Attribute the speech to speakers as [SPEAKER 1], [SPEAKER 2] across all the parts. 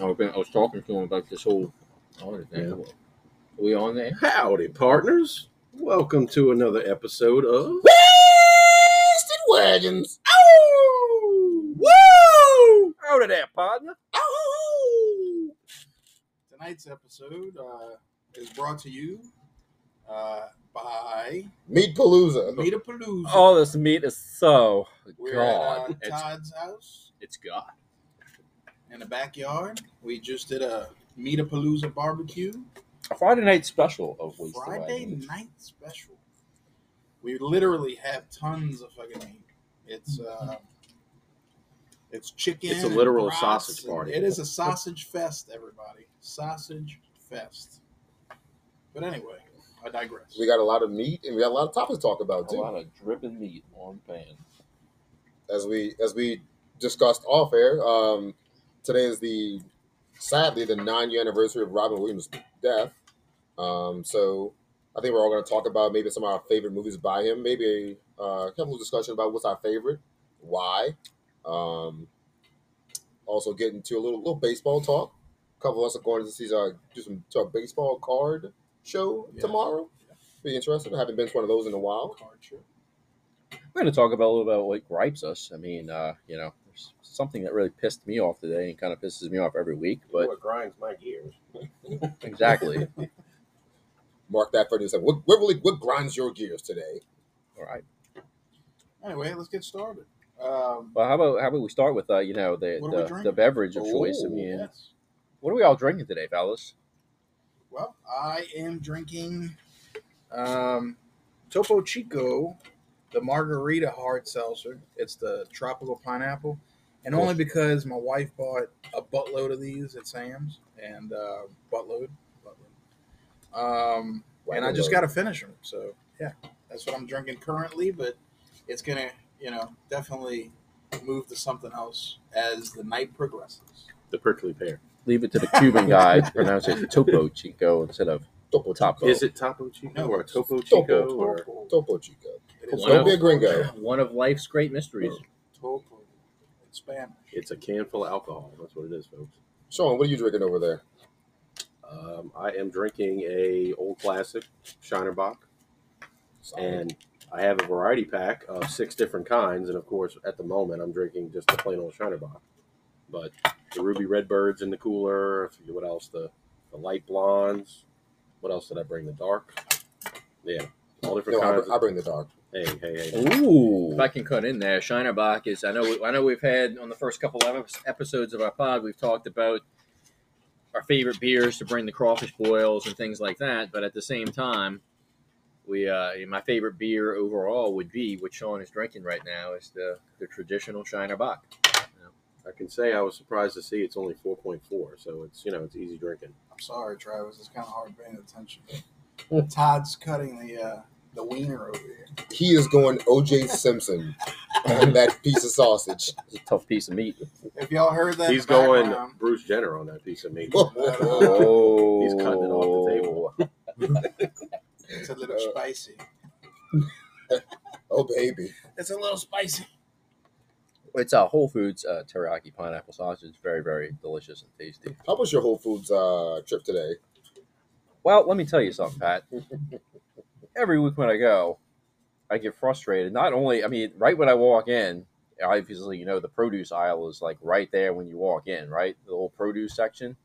[SPEAKER 1] I was, gonna, I was talking to him about this whole. Oh, is that-
[SPEAKER 2] Yeah.
[SPEAKER 1] Are we on there?
[SPEAKER 2] Howdy, partners. Welcome to another episode of
[SPEAKER 1] Wasted wagons. Oh, woo! Out of there, partner. Oh,
[SPEAKER 3] Tonight's episode uh, is brought to you uh, by
[SPEAKER 4] Meat
[SPEAKER 2] Oh.
[SPEAKER 4] Palooza.
[SPEAKER 3] Meta Palooza.
[SPEAKER 1] all this meat is so
[SPEAKER 3] We're
[SPEAKER 1] God.
[SPEAKER 3] at uh,
[SPEAKER 1] it's,
[SPEAKER 3] Todd's house
[SPEAKER 1] it's God.
[SPEAKER 3] in the backyard. We just did a Meta Palooza barbecue
[SPEAKER 1] A Friday night special of Wasted
[SPEAKER 3] Friday
[SPEAKER 1] Wagons.
[SPEAKER 3] night special. We literally have tons of fucking meat. It's uh, it's chicken.
[SPEAKER 2] It's a
[SPEAKER 3] and
[SPEAKER 2] literal
[SPEAKER 3] brats
[SPEAKER 2] sausage
[SPEAKER 3] and-
[SPEAKER 2] party.
[SPEAKER 3] It is a sausage fest, everybody. Sausage fest. But anyway, I digress.
[SPEAKER 4] We got a lot of meat and we got a lot of topics to talk about
[SPEAKER 1] A lot
[SPEAKER 4] too.
[SPEAKER 1] of dripping meat on pan.
[SPEAKER 4] As we as we discussed off air, um, today is the sadly the nine year anniversary of Robin Williams' death. Um, so I think we're all going to talk about maybe some of our favorite movies by him. Maybe a uh, couple of discussion about what's our favorite, why. Um, also get into a little little baseball talk. A couple of us are going to see uh, do some to a baseball card show
[SPEAKER 3] Yeah.
[SPEAKER 4] tomorrow. Be interesting. I haven't been to one of those in a while.
[SPEAKER 3] Culture.
[SPEAKER 1] We're going to talk about a little about what gripes us. I mean, uh, you know, there's something that really pissed me off today and kind of pisses me off every week. But
[SPEAKER 2] What Grinds My Gears.
[SPEAKER 1] exactly,
[SPEAKER 4] Mark that for yourself. What, what really what grinds your gears today?
[SPEAKER 1] all right.
[SPEAKER 3] Anyway, let's get started. Um,
[SPEAKER 1] Well, how about how about we start with uh, you know, the
[SPEAKER 3] What are we
[SPEAKER 1] the, the
[SPEAKER 3] drinking? Oh,
[SPEAKER 1] beverage of choice. I
[SPEAKER 4] Ooh,
[SPEAKER 1] mean,
[SPEAKER 3] yes.
[SPEAKER 1] what are we all drinking today, fellas?
[SPEAKER 3] Well, I am drinking um, Topo Chico, the margarita hard seltzer. It's the tropical pineapple. And only because my wife bought a buttload of these at Sam's and uh, buttload, buttload. Um, and I just got to finish them. So, yeah, that's what I'm drinking currently, but it's going to, you know, definitely move to something else as the night progresses.
[SPEAKER 2] The prickly pear.
[SPEAKER 1] Leave it to the Cuban guy to pronounce it Topo Chico instead of
[SPEAKER 4] Topo
[SPEAKER 1] Topo.
[SPEAKER 2] Is it Topo Chico
[SPEAKER 3] No,
[SPEAKER 2] or Topo Chico?
[SPEAKER 4] Topo,
[SPEAKER 2] or
[SPEAKER 4] Topo Chico.
[SPEAKER 3] It is
[SPEAKER 1] Don't
[SPEAKER 3] also
[SPEAKER 1] be
[SPEAKER 4] a gringo.
[SPEAKER 1] One of life's great mysteries.
[SPEAKER 3] Topo in Spanish.
[SPEAKER 2] It's a can full of alcohol. That's what it is, folks.
[SPEAKER 4] Sean, what are you drinking over there?
[SPEAKER 2] Um, I am drinking a old classic, Shinerbach, and I have a variety pack of six different kinds. And of course, at the moment, I'm drinking just the plain old Shinerbach. But the Ruby Redbirds in the cooler. What else? The the light blondes. What else did I bring? The dark. Yeah, all different
[SPEAKER 4] no, I,
[SPEAKER 2] kinds.
[SPEAKER 4] br- I bring the dark.
[SPEAKER 2] hey, hey, hey!
[SPEAKER 1] If
[SPEAKER 5] Ooh.
[SPEAKER 1] I can cut in there, Shinerbach is. I know. We, I know. We've had on the first couple of epi- episodes of our pod, we've talked about our favorite beers to bring the crawfish boils and things like that. But at the same time, we uh, my favorite beer overall would be what Sean is drinking right now is the the traditional Shinerbach.
[SPEAKER 2] I can say I was surprised to see it's only four point four. So it's you know it's easy drinking.
[SPEAKER 3] I'm sorry, Travis. It's kind of hard paying attention. Todd's cutting the uh, the wiener over here.
[SPEAKER 4] He is going OJ Simpson on that piece of sausage.
[SPEAKER 1] It's a tough piece of meat.
[SPEAKER 3] If y'all heard that, in
[SPEAKER 2] He's
[SPEAKER 3] the
[SPEAKER 2] going
[SPEAKER 4] um,
[SPEAKER 3] background,
[SPEAKER 2] Bruce Jenner on that piece of meat.
[SPEAKER 1] Oh,
[SPEAKER 2] He's cutting it off the table.
[SPEAKER 3] It's a little
[SPEAKER 4] Uh,
[SPEAKER 3] spicy.
[SPEAKER 4] oh baby,
[SPEAKER 3] It's a little spicy.
[SPEAKER 1] It's a Whole Foods uh, teriyaki pineapple sausage. Very, very delicious and tasty.
[SPEAKER 4] how was your Whole Foods uh, trip today?
[SPEAKER 1] Well, let me tell you something, Pat. Every week when I go, I get frustrated. Not only, I mean, right when I walk in, obviously, you know, the produce aisle is like right there when you walk in, right? The whole produce section.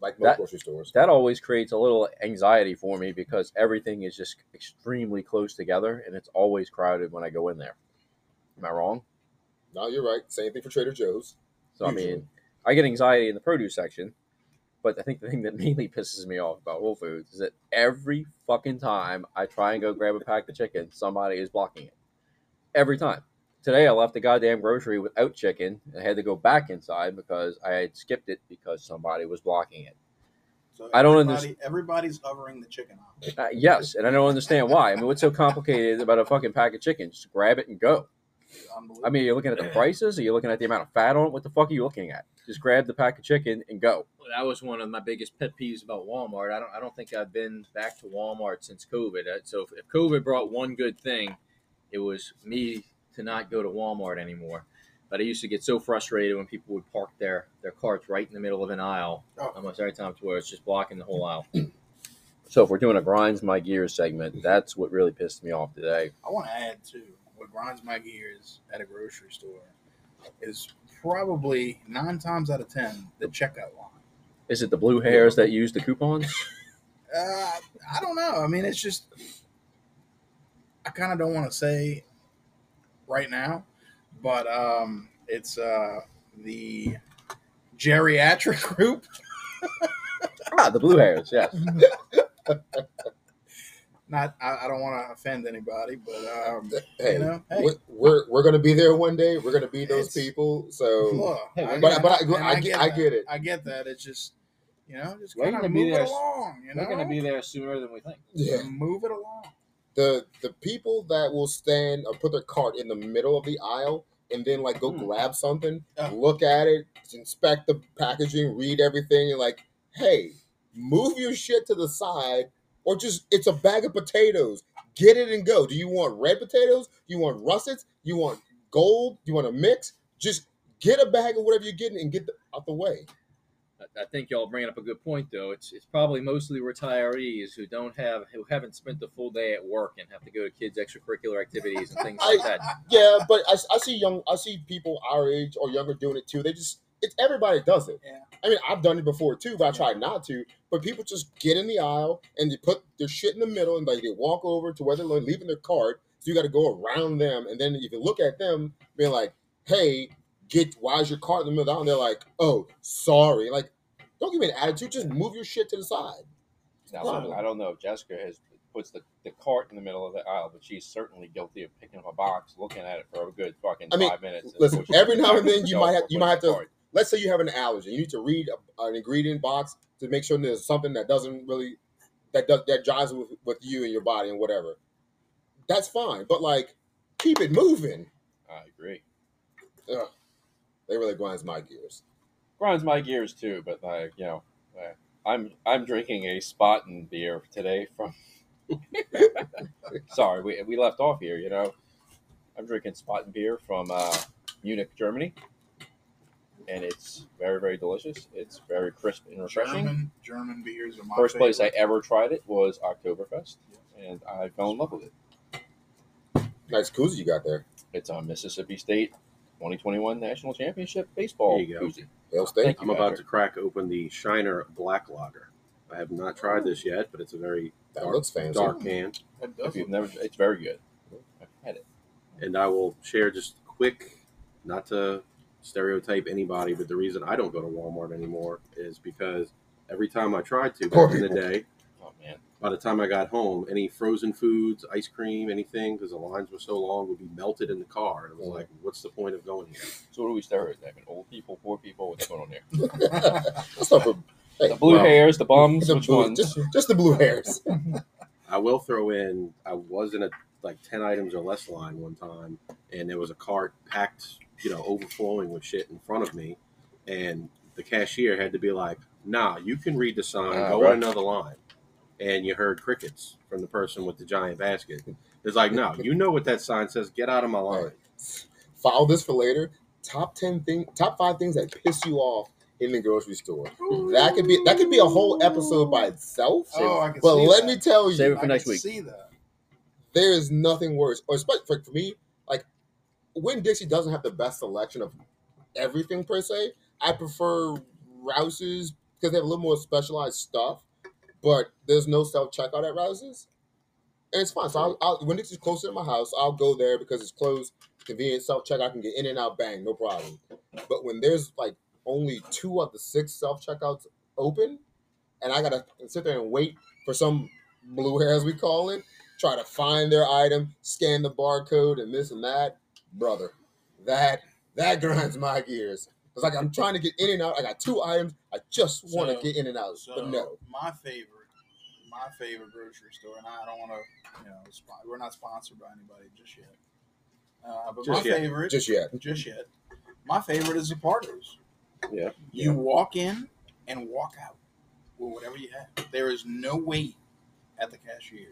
[SPEAKER 4] Like most
[SPEAKER 1] That-
[SPEAKER 4] grocery stores.
[SPEAKER 1] That always creates a little anxiety for me because everything is just extremely close together and it's always crowded when I go in there. Am I wrong?
[SPEAKER 4] No, you're right. Same thing for Trader Joe's.
[SPEAKER 1] So I
[SPEAKER 4] Usually.
[SPEAKER 1] mean, I get anxiety in the produce section, but I think the thing that mainly pisses me off about Whole Foods is that every fucking time I try and go grab a pack of chicken, somebody is blocking it. Every time. Today I left the goddamn grocery without chicken and I had to go back inside because I had skipped it because somebody was blocking it.
[SPEAKER 3] So
[SPEAKER 1] I don't
[SPEAKER 3] everybody- Everybody's hovering the chicken off.
[SPEAKER 1] Uh, yes, and I don't understand why. I mean, what's so complicated about a fucking pack of chicken? Just grab it and go.
[SPEAKER 3] Unbelievable.
[SPEAKER 1] I mean, you're looking at the prices, or you're looking at the amount of fat on it. What the fuck are you looking at? Just grab the pack of chicken and go.
[SPEAKER 5] Well, that was one of my biggest pet peeves about Walmart. I don't I don't think I've been back to Walmart since COVID. Uh, So if, if COVID brought one good thing, it was me to not go to Walmart anymore. But I used to get so frustrated when people would park their their carts right in the middle of an aisle
[SPEAKER 3] Oh.
[SPEAKER 5] almost every time to where it's just blocking the whole aisle.
[SPEAKER 1] So if we're doing a grinds my gears segment, that's what really pissed me off today.
[SPEAKER 3] I want to add too. What grinds my gears at a grocery store is probably nine times out of ten the checkout line.
[SPEAKER 1] Is it the blue hairs that use the coupons?
[SPEAKER 3] Uh, I don't know. I mean, it's just I kind of don't want to say right now, but um, it's uh, the geriatric group.
[SPEAKER 1] ah, the blue hairs. Yes.
[SPEAKER 3] Not, I, I don't want to offend anybody, but um,
[SPEAKER 4] Hey,
[SPEAKER 3] you know, hey,
[SPEAKER 4] we're, we're we're gonna be there one day. We're gonna be those
[SPEAKER 3] It's-
[SPEAKER 4] people. So,
[SPEAKER 3] look,
[SPEAKER 5] Hey, we're
[SPEAKER 4] but but I,
[SPEAKER 3] and
[SPEAKER 4] I, get, I
[SPEAKER 3] that.
[SPEAKER 4] get it.
[SPEAKER 3] I get that. It's just you know, just
[SPEAKER 5] We're
[SPEAKER 3] kind
[SPEAKER 5] gonna
[SPEAKER 3] of
[SPEAKER 5] be
[SPEAKER 3] move
[SPEAKER 5] there
[SPEAKER 3] it
[SPEAKER 5] s-
[SPEAKER 3] along. You know,
[SPEAKER 5] They're going to be there sooner than we think.
[SPEAKER 4] Yeah,
[SPEAKER 3] move it along.
[SPEAKER 4] the the people that will stand or put their cart in the middle of the aisle and then like go
[SPEAKER 1] Hmm.
[SPEAKER 4] grab something,
[SPEAKER 3] Yeah.
[SPEAKER 4] look at it, inspect the packaging, read everything, and like, hey, move your shit to the side, or just it's a bag of potatoes. Get it and go. Do you want red potatoes? You want russets? You want gold? You want a mix? Just get a bag of whatever you're getting and get the, out the way.
[SPEAKER 5] I, I think y'all bringing up a good point though. It's it's probably mostly retirees who don't have who haven't spent the full day at work and have to go to kids' extracurricular activities and things like that.
[SPEAKER 4] Yeah, but I, I see young, I see people our age or younger doing it too. They just, it's everybody does it.
[SPEAKER 3] Yeah.
[SPEAKER 4] I mean, I've done it before too, but I try not to. But people just get in the aisle and they put their shit in the middle and like they walk over to where they're leaving their cart. So you got to go around them, and then you can look at them being like, "Hey, get why is your cart in the middle?" of the aisle?" And they're like, "Oh, sorry." Like, don't give me an attitude. Just move your shit to the side.
[SPEAKER 1] Now,
[SPEAKER 3] Wow.
[SPEAKER 1] I don't know if Jessica has puts the, the cart in the middle of the aisle, but she's certainly guilty of picking up a box, looking at it for a good fucking
[SPEAKER 4] I mean,
[SPEAKER 1] five minutes. and
[SPEAKER 4] listen,
[SPEAKER 1] pushing it
[SPEAKER 4] every
[SPEAKER 1] back
[SPEAKER 4] now and
[SPEAKER 1] to
[SPEAKER 4] then
[SPEAKER 1] the
[SPEAKER 4] you
[SPEAKER 1] shelf
[SPEAKER 4] might have-
[SPEAKER 1] or
[SPEAKER 4] you
[SPEAKER 1] putting
[SPEAKER 4] might
[SPEAKER 1] it
[SPEAKER 4] have
[SPEAKER 1] in the
[SPEAKER 4] to-
[SPEAKER 1] cart.
[SPEAKER 4] let's say you have an allergen. You need to read a, an ingredient box to make sure there's something that doesn't really that does, that jives with, with you and your body and whatever. That's fine, but like keep it moving.
[SPEAKER 1] I agree.
[SPEAKER 4] They really grinds my gears.
[SPEAKER 1] Grinds my gears too, but like you know, uh, I'm I'm drinking a Spaten beer today from. Sorry, we, we left off here. You know, I'm drinking Spaten beer from uh, Munich, Germany, and it's very very delicious. It's very crisp and refreshing.
[SPEAKER 3] German German beers are my
[SPEAKER 1] First place I
[SPEAKER 3] favorite.
[SPEAKER 1] ever tried it was Oktoberfest, and I fell in love with it.
[SPEAKER 4] Nice koozie you got there.
[SPEAKER 1] It's on Mississippi State 2021 National Championship Baseball
[SPEAKER 2] There you go.
[SPEAKER 1] koozie.
[SPEAKER 4] Hail State.
[SPEAKER 1] Thank you.
[SPEAKER 2] I'm about
[SPEAKER 1] Roger.
[SPEAKER 2] to crack open the Shiner Black Lager. I have not tried this yet, but it's a very
[SPEAKER 4] That
[SPEAKER 2] Dark-
[SPEAKER 4] looks fancy.
[SPEAKER 2] dark can.
[SPEAKER 3] That does
[SPEAKER 1] If you've
[SPEAKER 3] look
[SPEAKER 1] never,
[SPEAKER 3] nice.
[SPEAKER 1] it's very good. I've had it.
[SPEAKER 2] and I will share just quick, not to stereotype anybody, but the reason I don't go to Walmart anymore is because every time I tried to
[SPEAKER 4] Poor
[SPEAKER 2] back in the
[SPEAKER 4] people.
[SPEAKER 2] day,
[SPEAKER 1] Oh man,
[SPEAKER 2] by the time I got home, any frozen foods, ice cream, anything, because the lines were so long, would be melted in the car. And it was
[SPEAKER 4] Mhm.
[SPEAKER 2] like, what's the point of going here?
[SPEAKER 1] so what are we stereotyping? Old people, poor people. What's going on there?
[SPEAKER 4] That's not for hey,
[SPEAKER 1] The blue
[SPEAKER 2] well,
[SPEAKER 1] hairs, the bums.
[SPEAKER 4] the
[SPEAKER 1] Um, which
[SPEAKER 4] blue-
[SPEAKER 1] ones?
[SPEAKER 4] Just, just the blue hairs.
[SPEAKER 2] I will throw in, I was in a like 10 items or less line one time, and there was a cart packed, you know, overflowing with shit in front of me. And the cashier had to be like, nah, you can read the sign,
[SPEAKER 1] Ah,
[SPEAKER 2] go
[SPEAKER 1] right.
[SPEAKER 2] on another line. And you heard crickets from the person with the giant basket. It's like, no, you know what that sign says. Get out of my line.
[SPEAKER 4] File this for later. Top ten thing, top five things that piss you off in the grocery store. That could be that could be a whole episode by itself.
[SPEAKER 3] Oh, I can
[SPEAKER 4] But
[SPEAKER 3] see
[SPEAKER 4] let
[SPEAKER 3] that.
[SPEAKER 4] me tell you,
[SPEAKER 1] Save it
[SPEAKER 3] I
[SPEAKER 1] for next
[SPEAKER 3] can
[SPEAKER 1] week.
[SPEAKER 3] See that.
[SPEAKER 4] there is nothing worse, or especially for, for me, like when Dixie doesn't have the best selection of everything per se. I prefer Rouse's because they have a little more specialized stuff, but there's no self checkout at Rouse's, and it's fine. So I'll, I'll, when Dixie's closer to my house, I'll go there because it's close, convenient self checkout. I can get in and out, bang, no problem. But when there's like only two of the six self checkouts open, and I gotta sit there and wait for some blue hair as we call it try to find their item, scan the barcode, and this and that. Brother, that that grinds my gears. It's like I'm trying to get in and out. I got two items. I just want to
[SPEAKER 3] So-
[SPEAKER 4] get in and out,
[SPEAKER 3] So
[SPEAKER 4] but no.
[SPEAKER 3] my favorite, my favorite grocery store, and I don't want to, you know, spo- we're not sponsored by anybody just yet. Uh, but
[SPEAKER 2] Just
[SPEAKER 3] my
[SPEAKER 2] yet.
[SPEAKER 3] favorite, just,
[SPEAKER 4] Just yet.
[SPEAKER 3] yet, my favorite is the Pardos.
[SPEAKER 2] Yeah.
[SPEAKER 3] You walk in and walk out with whatever you have. There is no wait at the cashier.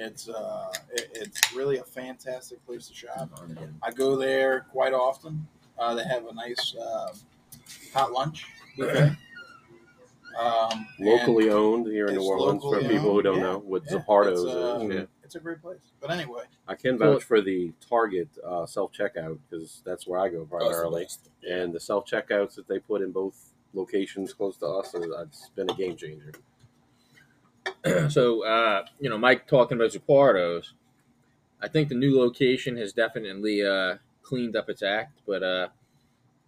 [SPEAKER 3] It's uh, it, it's really a fantastic place to shop. I go there quite often. Uh, they have a nice um hot lunch buffet. Um, and
[SPEAKER 2] Locally owned here in
[SPEAKER 3] It's
[SPEAKER 2] New Orleans, for
[SPEAKER 3] locally
[SPEAKER 2] people who
[SPEAKER 3] owned,
[SPEAKER 2] don't
[SPEAKER 3] yeah.
[SPEAKER 2] know, with
[SPEAKER 3] Yeah,
[SPEAKER 2] Zapardo's.
[SPEAKER 3] it's,
[SPEAKER 2] is.
[SPEAKER 3] uh,
[SPEAKER 2] yeah.
[SPEAKER 3] it's a great place. But anyway,
[SPEAKER 2] I can
[SPEAKER 5] Well-
[SPEAKER 2] vouch for the Target uh, self checkout because that's where I go primarily. and the self checkouts that they put in both locations close to us, is- it's been a game changer.
[SPEAKER 5] so uh, you know, Mike talking about Zupardo's. I think the new location has definitely uh, cleaned up its act, but uh,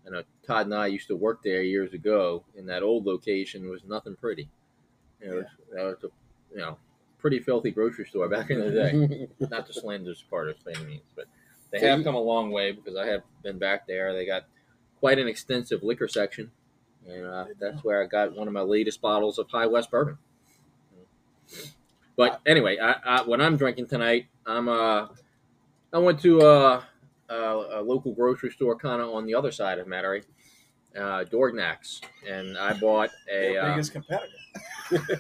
[SPEAKER 5] I know Todd and I used to work there years ago, and that old location was nothing pretty. You know, that was a, you know pretty filthy grocery store back in the
[SPEAKER 2] Mm-hmm.
[SPEAKER 5] day. Not to slander Zupardo's by any means, but they
[SPEAKER 4] So
[SPEAKER 5] have
[SPEAKER 4] you-
[SPEAKER 5] come a long way because I have been back there. They got quite an extensive liquor section, and uh, that's where I got one of my latest bottles of High West bourbon. But anyway, I, I, what I'm drinking tonight, I'm uh, I went to uh, uh, a local grocery store kind of on the other side of Mattery, uh, Dorgnacks, and I bought a
[SPEAKER 3] their
[SPEAKER 5] uh,
[SPEAKER 3] biggest competitor.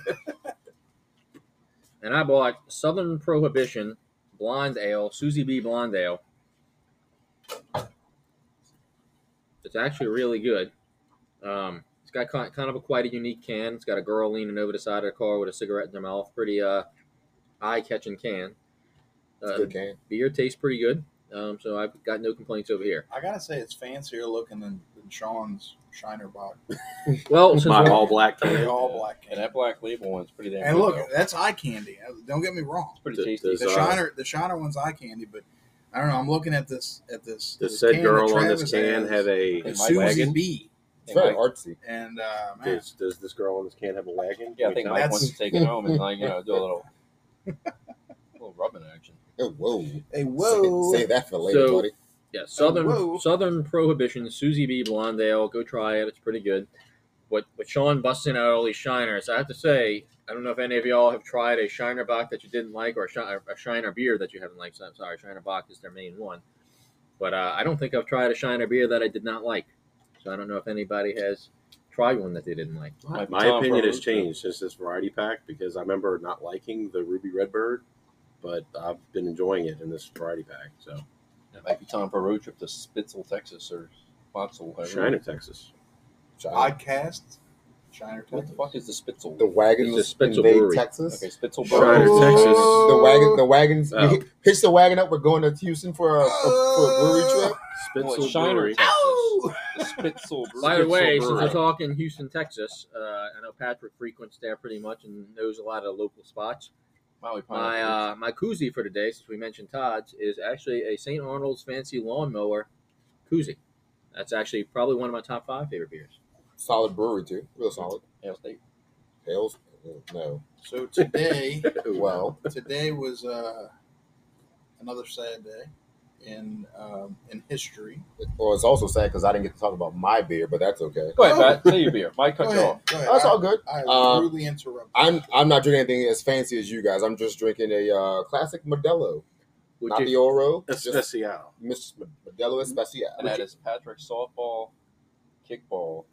[SPEAKER 5] and I bought Southern Prohibition Blonde Ale, Susie B Blonde Ale. It's actually really good. Um, it's got ki- kind of a quite a unique can. It's got a girl leaning over the side of the car with a cigarette in her mouth. Pretty uh, eye-catching can.
[SPEAKER 4] It's a
[SPEAKER 5] Uh,
[SPEAKER 4] good game.
[SPEAKER 5] beer tastes pretty good. Um, so I've got no complaints over here.
[SPEAKER 3] I gotta say, it's fancier looking than, than Sean's Shiner box.
[SPEAKER 5] Well, since
[SPEAKER 2] My
[SPEAKER 5] we're-
[SPEAKER 2] all black
[SPEAKER 3] They
[SPEAKER 2] can.
[SPEAKER 3] all black.
[SPEAKER 1] And that black label one's pretty damn
[SPEAKER 3] And
[SPEAKER 1] good,
[SPEAKER 3] look,
[SPEAKER 1] though.
[SPEAKER 3] that's eye candy. Uh, Don't get me wrong.
[SPEAKER 1] It's uh, pretty
[SPEAKER 2] Th-
[SPEAKER 1] tasty.
[SPEAKER 2] there's
[SPEAKER 3] The
[SPEAKER 2] Bizarre.
[SPEAKER 3] Shiner, the Shiner one's eye candy, but I don't know. I'm looking at this at this.
[SPEAKER 2] The
[SPEAKER 3] this
[SPEAKER 2] said
[SPEAKER 3] can
[SPEAKER 2] girl
[SPEAKER 3] that
[SPEAKER 2] on this
[SPEAKER 3] Travis
[SPEAKER 2] can
[SPEAKER 3] has.
[SPEAKER 2] have a.
[SPEAKER 1] It's-
[SPEAKER 3] It's
[SPEAKER 1] my
[SPEAKER 3] Susie
[SPEAKER 1] wagon.
[SPEAKER 3] B.
[SPEAKER 4] It's very artsy.
[SPEAKER 3] And uh, man,
[SPEAKER 2] Does, does this girl on this can have a wagon?
[SPEAKER 1] Yeah, I
[SPEAKER 2] Can we
[SPEAKER 1] think
[SPEAKER 2] tell?
[SPEAKER 1] Mike
[SPEAKER 3] that's-
[SPEAKER 1] wants to take it home and like you know do a little, little rubbing action.
[SPEAKER 4] Oh, whoa.
[SPEAKER 3] hey,
[SPEAKER 4] Say, say that for later,
[SPEAKER 5] So-
[SPEAKER 4] buddy.
[SPEAKER 5] Yeah, Southern
[SPEAKER 3] whoa.
[SPEAKER 5] Southern Prohibition, Susie B. Blonde Ale. Go try it; it's pretty good. What what Sean busting out all these shiners? I have to say, I don't know if any of y'all have tried a Shiner Bock that you didn't like, or a, shi- a Shiner beer that you haven't liked. So I'm sorry, Shiner Bock is their main one, but uh, I don't think I've tried a Shiner beer that I did not like. So I don't know if anybody has tried one that they didn't like.
[SPEAKER 1] Might be
[SPEAKER 2] My
[SPEAKER 1] time
[SPEAKER 2] opinion
[SPEAKER 1] for a
[SPEAKER 2] has changed since this variety pack because I remember not liking the Ruby Redbird, but I've been enjoying it in this variety pack. So
[SPEAKER 1] It might be time for a road trip to Spitzel, Texas, or Spotzel. whatever.
[SPEAKER 2] Shiner, Texas.
[SPEAKER 4] Shiner.
[SPEAKER 3] podcast. Shiner.
[SPEAKER 1] What the
[SPEAKER 3] Podcast.
[SPEAKER 1] fuck is the Spitzel?
[SPEAKER 4] The wagons
[SPEAKER 5] It's a Spitzel
[SPEAKER 4] invade
[SPEAKER 5] brewery.
[SPEAKER 4] Texas.
[SPEAKER 1] okay, Spitzel.
[SPEAKER 2] Shiner,
[SPEAKER 1] Burger.
[SPEAKER 2] Texas.
[SPEAKER 4] The wagon, the wagons.
[SPEAKER 2] Oh.
[SPEAKER 4] We hi- hitch the wagon up. We're going to Houston for a, for
[SPEAKER 5] Oh.
[SPEAKER 4] a brewery trip.
[SPEAKER 1] Well,
[SPEAKER 2] Spitzel
[SPEAKER 1] it's Shiner,
[SPEAKER 2] Brewery.
[SPEAKER 1] Texas.
[SPEAKER 3] Ow!
[SPEAKER 1] The Spitzel. Brewery.
[SPEAKER 5] By the way,
[SPEAKER 2] Spitzel
[SPEAKER 5] since we're
[SPEAKER 2] Brewery.
[SPEAKER 5] talking Houston, Texas, uh, I know Patrick frequents there pretty much and knows a lot of local spots.
[SPEAKER 1] Molly Pine.
[SPEAKER 5] My uh, my koozie for today, since we mentioned Todd's, is actually a St. Arnold's Fancy Lawnmower koozie. That's actually probably one of my top five favorite beers.
[SPEAKER 4] Solid brewery too. Real solid.
[SPEAKER 1] Hail State.
[SPEAKER 4] Hales. No.
[SPEAKER 3] So today,
[SPEAKER 4] Well,
[SPEAKER 3] today was uh, another sad day in um, in history.
[SPEAKER 4] well, it's also sad because I didn't get to talk about my beer, but that's okay.
[SPEAKER 1] Go ahead, Pat. Say your beer. Mike,
[SPEAKER 4] Oh,
[SPEAKER 1] cut you off.
[SPEAKER 3] Go ahead.
[SPEAKER 4] That's
[SPEAKER 3] I,
[SPEAKER 4] all good.
[SPEAKER 3] I
[SPEAKER 4] Um,
[SPEAKER 3] rudely interrupted.
[SPEAKER 4] I'm I'm not drinking anything as fancy as you guys. I'm just drinking a uh, classic Modelo,
[SPEAKER 5] Would
[SPEAKER 4] not
[SPEAKER 5] you,
[SPEAKER 4] the Oro, just
[SPEAKER 2] Especial.
[SPEAKER 4] Miss Modelo Especial.
[SPEAKER 1] And that is Patrick softball, kickball,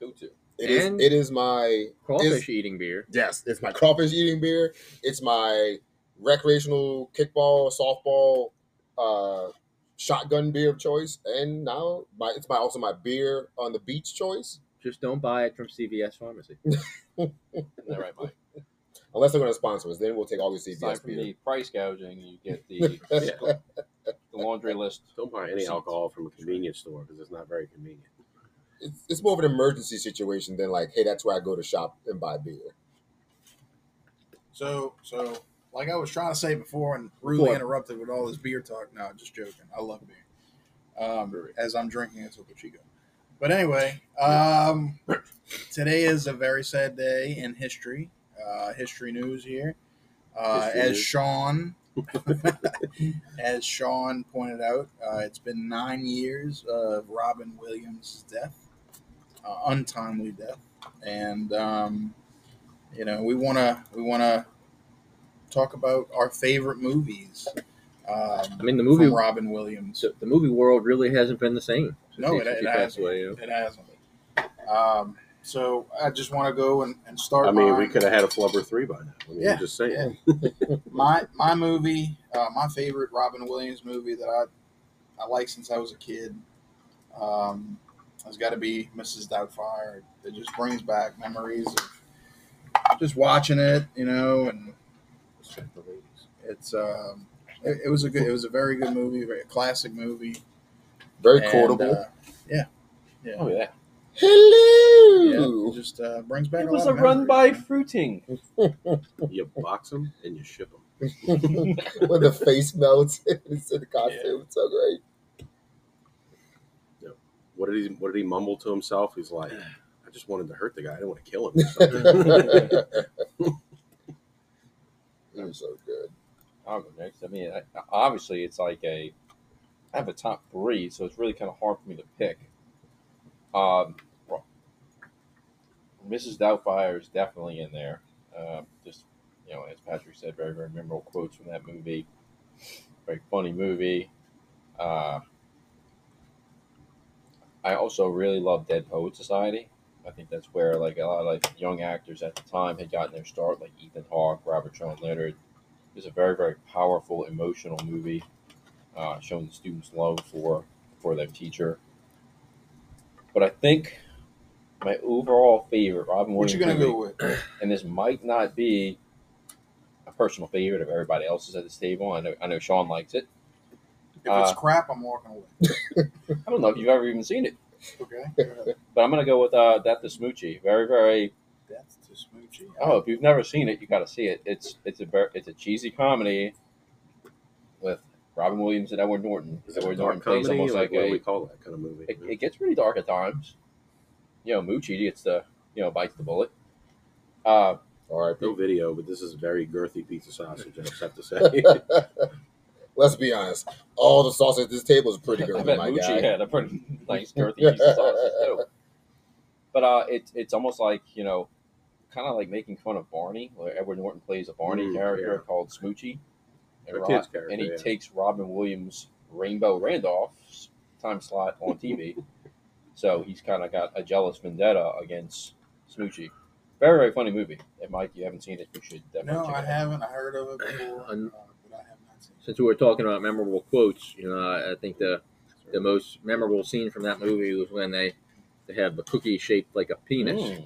[SPEAKER 1] go to.
[SPEAKER 4] It is
[SPEAKER 5] And-
[SPEAKER 4] it is my
[SPEAKER 5] crawfish eating beer?
[SPEAKER 4] Yes, it's my crawfish eating beer. It's my recreational kickball, softball, uh, shotgun beer of choice, and now my it's my also my beer on the beach choice.
[SPEAKER 5] Just don't buy it from CVS Pharmacy.
[SPEAKER 1] Isn't that right, Mike?
[SPEAKER 4] Unless they're going to sponsor us, then we'll take all the
[SPEAKER 1] Aside
[SPEAKER 4] CVS
[SPEAKER 1] from
[SPEAKER 4] beer.
[SPEAKER 1] the price gouging, you get the,
[SPEAKER 4] Yeah.
[SPEAKER 1] the laundry list.
[SPEAKER 2] Don't buy any alcohol from a convenience store because it's not very convenient.
[SPEAKER 4] It's, it's more of an emergency situation than like, hey, that's where I go to shop and buy beer.
[SPEAKER 3] So, so like I was trying to say before, and rudely
[SPEAKER 5] What?
[SPEAKER 3] interrupted with all this beer talk. No, just joking. I love beer. Um, as I'm drinking a Topo Chico. But anyway, um, today is a very sad day in history. Uh, history news here. Uh,
[SPEAKER 2] History
[SPEAKER 3] as
[SPEAKER 2] news.
[SPEAKER 3] Sean, as Sean pointed out, uh, it's been nine years of Robin Williams' death, uh, untimely death, and um, you know we want to we want to talk about our favorite movies. Um,
[SPEAKER 5] I mean, the movie
[SPEAKER 3] from Robin Williams.
[SPEAKER 5] the, the movie world really hasn't been the same.
[SPEAKER 3] No,
[SPEAKER 5] he-
[SPEAKER 3] it,
[SPEAKER 5] since he
[SPEAKER 3] it
[SPEAKER 5] passed
[SPEAKER 3] hasn't.
[SPEAKER 5] away, yeah.
[SPEAKER 3] It hasn't. Um, So I just want to go and, and start.
[SPEAKER 2] I mean,
[SPEAKER 3] mine.
[SPEAKER 2] we could have had a flubber three by now. I mean,
[SPEAKER 3] Yeah.
[SPEAKER 2] I'm just saying.
[SPEAKER 3] Yeah. my my movie, uh, my favorite Robin Williams movie that I I like since I was a kid, um, has got to be Mrs. Doubtfire. It just brings back memories of just watching it, you know, and it's um, it, it was a good, it was a very good movie, very classic movie,
[SPEAKER 4] Very
[SPEAKER 3] And,
[SPEAKER 4] quotable.
[SPEAKER 3] uh, yeah, yeah,
[SPEAKER 5] Oh yeah.
[SPEAKER 3] yeah. It
[SPEAKER 4] Hello.
[SPEAKER 3] just uh, brings back.
[SPEAKER 1] It
[SPEAKER 3] a
[SPEAKER 1] was
[SPEAKER 3] lot
[SPEAKER 1] a
[SPEAKER 3] of
[SPEAKER 1] run
[SPEAKER 3] memories.
[SPEAKER 1] by fruiting.
[SPEAKER 2] You box them and you ship them.
[SPEAKER 4] when the face melts, it's in the costume. It's so great.
[SPEAKER 2] What did he? What did he mumble to himself? He's like, I just wanted to hurt the guy. I didn't want to kill him. Or something.
[SPEAKER 4] It was so good.
[SPEAKER 1] I'll go next. I mean, I, obviously, it's like a. I have a top three, so it's really kind of hard for me to pick. Um, well, Mrs. Doubtfire is definitely in there. Um just you know, as Patrick said, very very memorable quotes from that movie. Very funny movie. Uh, I also really love Dead Poet Society. I think that's where like a lot of like young actors at the time had gotten their start, like Ethan Hawke, Robert Sean Leonard, it's a very very powerful emotional movie uh, showing the students love for for their teacher but i think my overall favorite robin
[SPEAKER 3] What
[SPEAKER 1] williams
[SPEAKER 3] you gonna
[SPEAKER 1] movie,
[SPEAKER 3] go with?
[SPEAKER 1] and this might not be a personal favorite of everybody else's at this table i know, I know sean likes it
[SPEAKER 3] If it's
[SPEAKER 1] Uh,
[SPEAKER 3] crap, I'm walking away.
[SPEAKER 1] i don't know if you've ever even seen it
[SPEAKER 3] Okay,
[SPEAKER 1] but i'm gonna go with uh, death to smoochie very very
[SPEAKER 3] that's too smoochy.
[SPEAKER 1] Oh, if you've never seen it, you got to see it. It's it's a ver- it's a cheesy comedy with Robin Williams and Edward Norton.
[SPEAKER 2] Is it a
[SPEAKER 1] Edward
[SPEAKER 2] dark
[SPEAKER 1] Norton plays
[SPEAKER 2] comedy?
[SPEAKER 1] almost
[SPEAKER 2] Like,
[SPEAKER 1] like
[SPEAKER 2] what do we
[SPEAKER 1] a.
[SPEAKER 2] call that kind of movie?
[SPEAKER 1] It, it gets pretty dark at times. You know, Moochie gets the you know bites the bullet. Uh,
[SPEAKER 2] no
[SPEAKER 4] R.I.P.
[SPEAKER 2] video, but this is very girthy pizza sausage. I just have to say.
[SPEAKER 4] Let's be honest. All the sauce at this table is pretty
[SPEAKER 1] I
[SPEAKER 4] good,
[SPEAKER 1] bet
[SPEAKER 4] my
[SPEAKER 1] Moochie
[SPEAKER 4] guy.
[SPEAKER 1] had a pretty nice girthy piece of sausage too. But uh, it's it's almost like you know, kind of like making fun of Barney, where Edward Norton plays a Barney
[SPEAKER 2] Mm,
[SPEAKER 1] character
[SPEAKER 2] yeah.
[SPEAKER 1] called Smoochie. And
[SPEAKER 2] A
[SPEAKER 1] Ro-
[SPEAKER 2] kid's character,
[SPEAKER 1] and he
[SPEAKER 2] yeah.
[SPEAKER 1] takes Robin Williams' Rainbow Randolph's time slot on TV. so he's kind of got a jealous vendetta against Smoochie. Very, very funny movie. And Mike, you haven't seen it, you should definitely
[SPEAKER 3] No,
[SPEAKER 1] check
[SPEAKER 3] I
[SPEAKER 1] it out.
[SPEAKER 3] haven't. I heard of it before, uh,
[SPEAKER 5] Un-
[SPEAKER 3] but I have not seen it.
[SPEAKER 5] Since we were talking about memorable quotes, you know, I, I think the the most memorable scene from that movie was when they they have a cookie shaped like a penis,
[SPEAKER 1] Mm.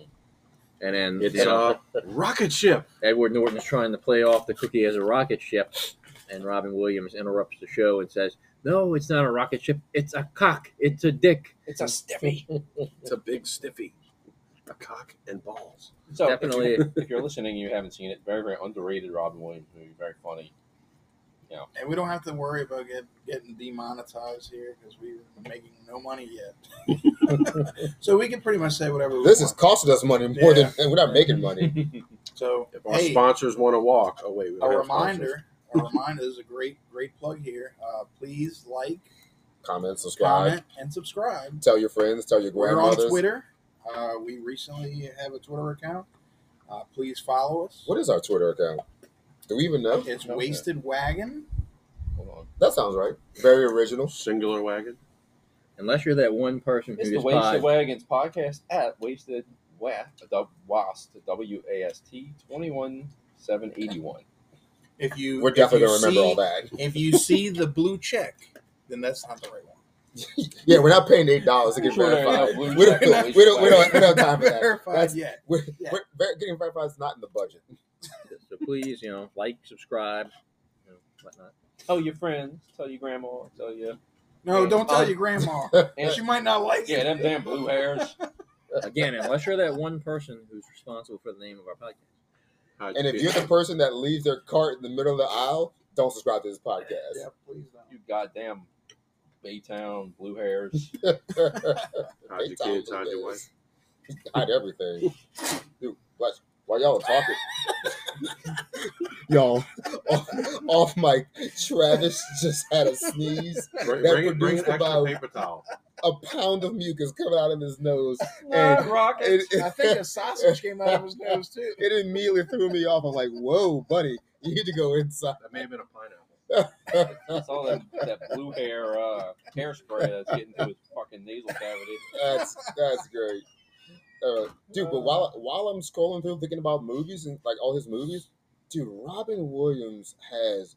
[SPEAKER 5] and then
[SPEAKER 2] It's
[SPEAKER 5] you know,
[SPEAKER 2] a rocket ship.
[SPEAKER 5] Edward Norton's trying to play off the cookie as a rocket ship, and Robin Williams interrupts the show and says, "No, it's not a rocket ship. It's a cock. It's a dick."
[SPEAKER 1] It's a stiffy.
[SPEAKER 2] It's a big stiffy, a cock and balls.
[SPEAKER 1] So if
[SPEAKER 5] Definitely.
[SPEAKER 1] you- if you're listening and you haven't seen it, very, very underrated Robin Williams movie. Very funny.
[SPEAKER 3] And we don't have to worry about get, getting demonetized here because we are making no money yet. so we can pretty much say whatever we
[SPEAKER 4] This is
[SPEAKER 3] want.
[SPEAKER 4] costing us money more
[SPEAKER 3] Yeah.
[SPEAKER 4] than we're not making money.
[SPEAKER 3] so
[SPEAKER 2] If our
[SPEAKER 3] hey,
[SPEAKER 2] sponsors want to walk, oh wait, we
[SPEAKER 3] a
[SPEAKER 2] don't have
[SPEAKER 3] reminder. A reminder this is a great, great plug here. Uh, please like,
[SPEAKER 4] Comment, subscribe,
[SPEAKER 3] comment, and subscribe.
[SPEAKER 4] tell your friends, tell your
[SPEAKER 3] We're on
[SPEAKER 4] grandmothers.
[SPEAKER 3] Twitter. Uh, we recently have a Twitter account. Uh, please follow us.
[SPEAKER 4] What is our Twitter account? Do we even know?
[SPEAKER 3] It's
[SPEAKER 1] Okay.
[SPEAKER 3] Wasted Wagon.
[SPEAKER 1] Hold on.
[SPEAKER 4] That sounds right. Very
[SPEAKER 2] sponsors.
[SPEAKER 4] original.
[SPEAKER 2] Singular wagon.
[SPEAKER 5] Unless you're that one person
[SPEAKER 1] It's
[SPEAKER 5] who
[SPEAKER 1] the
[SPEAKER 5] just
[SPEAKER 1] Wasted
[SPEAKER 5] buys
[SPEAKER 1] Wagons podcast at Wasted Wast, Wast, W A S T, 21781.
[SPEAKER 3] If you
[SPEAKER 4] We're
[SPEAKER 3] if
[SPEAKER 4] definitely
[SPEAKER 3] you
[SPEAKER 4] gonna remember
[SPEAKER 3] see-
[SPEAKER 4] all that.
[SPEAKER 3] If you see the blue check, then that's not the right one.
[SPEAKER 4] Yeah, we're not paying eight dollars to get
[SPEAKER 1] Sure, there are
[SPEAKER 4] verified.
[SPEAKER 1] no
[SPEAKER 4] We
[SPEAKER 1] blue
[SPEAKER 4] don't, we don't,
[SPEAKER 1] check on
[SPEAKER 4] we don't, we don't
[SPEAKER 1] Wasted
[SPEAKER 4] have time for that.
[SPEAKER 3] Verified
[SPEAKER 4] That's,
[SPEAKER 3] yet.
[SPEAKER 4] we're,
[SPEAKER 3] Yeah.
[SPEAKER 4] we're, ver- getting verified is not in the budget.
[SPEAKER 5] it. So please, you know, like, subscribe, you know, whatnot.
[SPEAKER 1] Tell your friends, tell your grandma, tell your.
[SPEAKER 3] No,
[SPEAKER 1] Yeah.
[SPEAKER 3] don't tell
[SPEAKER 1] Um,
[SPEAKER 3] your grandma.
[SPEAKER 1] and-
[SPEAKER 3] she might not like
[SPEAKER 1] yeah,
[SPEAKER 3] it.
[SPEAKER 1] them damn blue hairs.
[SPEAKER 5] Again, unless you're that one person who's responsible for the name of our podcast.
[SPEAKER 2] How'd
[SPEAKER 4] And if
[SPEAKER 2] feel?
[SPEAKER 4] you're the person that leaves their cart in the middle of the aisle, don't subscribe to this podcast.
[SPEAKER 3] Yeah, please don't.
[SPEAKER 1] You goddamn Baytown blue hairs.
[SPEAKER 2] how'd your kids, how'd your wife?
[SPEAKER 4] Hide everything. Dude, watch. While y'all are talking, y'all off, off mic. Travis just had a sneeze.
[SPEAKER 2] Bring, bring,
[SPEAKER 4] That
[SPEAKER 2] bring
[SPEAKER 4] produced
[SPEAKER 2] extra
[SPEAKER 4] about-
[SPEAKER 2] paper towel.
[SPEAKER 4] A pound of mucus coming out of his nose.
[SPEAKER 1] Not rockets.
[SPEAKER 4] It-
[SPEAKER 3] I think a sausage came out of his nose too.
[SPEAKER 4] It immediately threw me off. I'm like, "Whoa, buddy, you need to go inside."
[SPEAKER 2] That may have been a pineapple.
[SPEAKER 1] That's all that, that blue hair uh, hairspray that's getting through his fucking nasal cavity.
[SPEAKER 4] That's that's great. Uh, dude, but while while I'm scrolling through thinking about movies and like all his movies, dude, Robin Williams has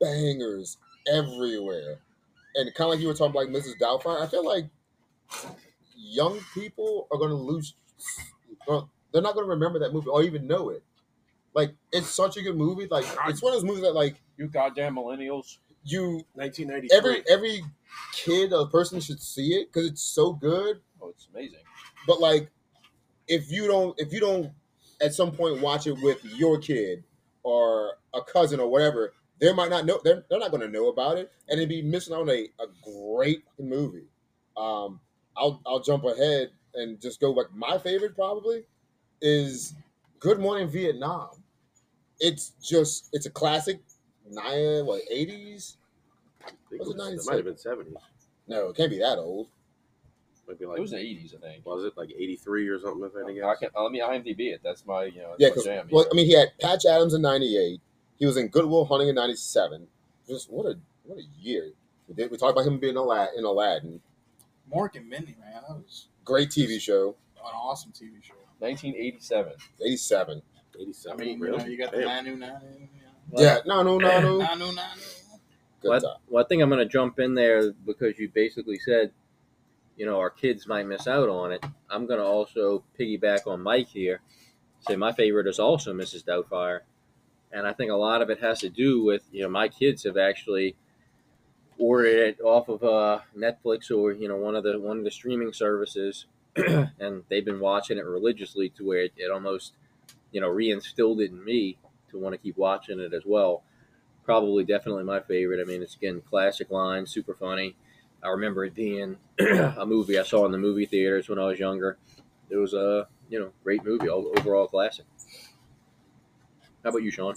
[SPEAKER 4] bangers everywhere. And kind of like you were talking about, like Mrs. Doubtfire, I feel like young people are going to lose. They're not going to remember that movie or even know it. Like it's such a good movie. Like it's one of those movies that like
[SPEAKER 1] You goddamn millennials.
[SPEAKER 4] you
[SPEAKER 2] 1993.
[SPEAKER 4] every every kid or person should see it because it's so good.
[SPEAKER 1] Oh, it's amazing.
[SPEAKER 4] but like if you don't if you don't at some point watch it with your kid or a cousin or whatever they might not know they're, they're not going to know about it and they'd be missing out on a, a great movie um i'll i'll jump ahead and just go like my favorite probably is good morning vietnam it's just it's a classic nine what 80s
[SPEAKER 2] I think it
[SPEAKER 4] was
[SPEAKER 2] was-
[SPEAKER 4] it
[SPEAKER 2] it
[SPEAKER 4] 96?
[SPEAKER 2] might have been 70s.
[SPEAKER 4] no it can't be that old
[SPEAKER 2] Might be
[SPEAKER 1] It
[SPEAKER 2] like
[SPEAKER 1] was in the eighties, I think.
[SPEAKER 2] was it like 83 or something if I had to
[SPEAKER 1] I
[SPEAKER 2] guess?
[SPEAKER 1] can, let me IMDb it. That's my, you know, that's
[SPEAKER 4] Yeah,
[SPEAKER 1] my
[SPEAKER 4] because
[SPEAKER 1] jam.
[SPEAKER 4] well,
[SPEAKER 1] you
[SPEAKER 4] I mean, he had Patch Adams in '98. He was in Goodwill Hunting in '97. Just what a what a year. We did, we talked about him being Aladdin, in Aladdin.
[SPEAKER 3] Mork and Mindy, man, that was
[SPEAKER 4] Great TV show,
[SPEAKER 3] an awesome TV show.
[SPEAKER 1] know. 1987.
[SPEAKER 4] '87.
[SPEAKER 2] 87.
[SPEAKER 3] I mean, you,
[SPEAKER 2] really?
[SPEAKER 3] know, you got the oh
[SPEAKER 2] Damn.
[SPEAKER 3] Nanu Nanu, you
[SPEAKER 5] Well,
[SPEAKER 4] yeah, no, no, no,
[SPEAKER 3] know,
[SPEAKER 4] no.
[SPEAKER 3] Nanu Nanu.
[SPEAKER 4] Good
[SPEAKER 5] well,
[SPEAKER 4] time.
[SPEAKER 5] I, well, I think I'm going to jump in there because you basically said, you know, our kids might miss out on it. I'm going to also piggyback on Mike here. Say my favorite is also Mrs. Doubtfire, and I think a lot of it has to do with you know my kids have actually ordered it off of uh, Netflix or you know one of the one of the streaming services, and they've been watching it religiously to where it, it almost you know reinstilled it in me to want to keep watching it as well probably definitely my favorite. I mean, it's again classic line, super funny. I remember it being a movie I saw in the movie theaters when I was younger. It was a you know great movie, o- overall classic. How about you, Sean?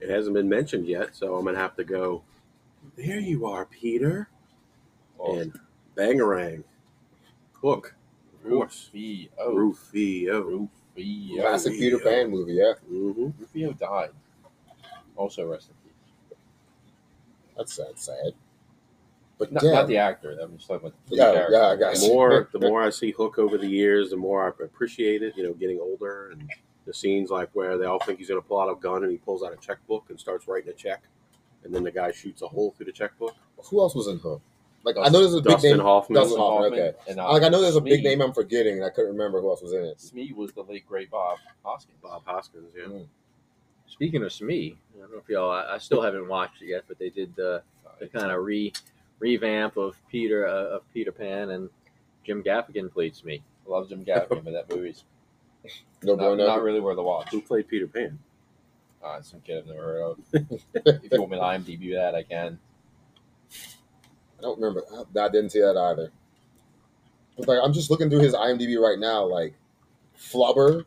[SPEAKER 2] It hasn't been mentioned yet, so I'm going to have to go. There you are, Peter.
[SPEAKER 1] Oh,
[SPEAKER 2] And Bangarang. Hook. Of course.
[SPEAKER 1] Rufio.
[SPEAKER 2] Rufio.
[SPEAKER 1] Rufio.
[SPEAKER 4] Classic Peter
[SPEAKER 2] yeah.
[SPEAKER 4] Pan movie. Yeah,
[SPEAKER 2] Mm-hmm.
[SPEAKER 1] Rufio died. Also, rest in peace.
[SPEAKER 4] that's sad. Sad. But
[SPEAKER 1] Not,
[SPEAKER 4] yeah,
[SPEAKER 1] not the actor. I'm just talking about the
[SPEAKER 4] Yeah,
[SPEAKER 1] character.
[SPEAKER 4] yeah, I got
[SPEAKER 2] The more the more I see Hook over the years, the more I appreciate it. You know, getting older and the scenes like where they all think he's going to pull out a gun and he pulls out a checkbook and starts writing a check, and then the guy shoots a hole through the checkbook.
[SPEAKER 4] who else was in Hook? Like I
[SPEAKER 1] Dustin-
[SPEAKER 4] know there's a big
[SPEAKER 2] Dustin
[SPEAKER 4] name.
[SPEAKER 2] Hoffman.
[SPEAKER 4] Dustin Hoffman. Okay.
[SPEAKER 1] And, uh,
[SPEAKER 4] Like I know there's a big
[SPEAKER 1] Smee.
[SPEAKER 4] name I'm forgetting. and I couldn't remember who else was in it.
[SPEAKER 1] Smee was the late great Bob Hoskins.
[SPEAKER 2] Bob Hoskins. Yeah.
[SPEAKER 5] Speaking of Smee, I don't know if y'all, I, I still haven't watched it yet, but they did the, the kind of re revamp of Peter uh, of Peter Pan and Jim Gaffigan played Smee.
[SPEAKER 1] Love Jim Gaffigan, but that movie's
[SPEAKER 4] No
[SPEAKER 1] not,
[SPEAKER 4] bueno.
[SPEAKER 1] not really worth a watch.
[SPEAKER 2] Who played Peter Pan?
[SPEAKER 1] Uh, some kid I've never heard of. if you want me to IMDb that, I can.
[SPEAKER 4] I don't remember. I, I didn't see that either. But like, I'm just looking through his IMDb right now. Like, Flubber,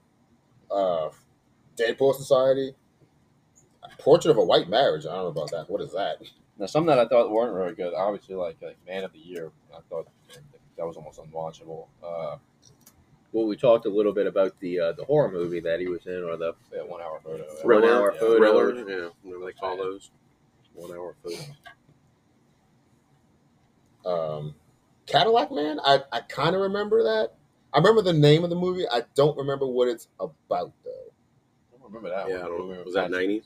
[SPEAKER 4] uh, Deadpool Society, Portrait of a White Marriage. I don't know about that. What is that?
[SPEAKER 1] Now, some that I thought weren't really good, obviously, like, like Man of the Year, I thought that was almost unwatchable. Uh,
[SPEAKER 5] Well, we talked a little bit about the uh, the horror movie that he was in, or the
[SPEAKER 1] that one hour photo.
[SPEAKER 5] Thriller. One-hour
[SPEAKER 2] yeah.
[SPEAKER 5] photos.
[SPEAKER 2] Thriller. Yeah. Whatever they call those. One hour photos.
[SPEAKER 4] Um, Cadillac Man. I I kind of remember that. I remember the name of the movie. I don't remember what it's about though.
[SPEAKER 1] I don't remember that
[SPEAKER 2] Yeah. I
[SPEAKER 1] one.
[SPEAKER 2] don't,
[SPEAKER 1] Remember
[SPEAKER 2] was that nineties?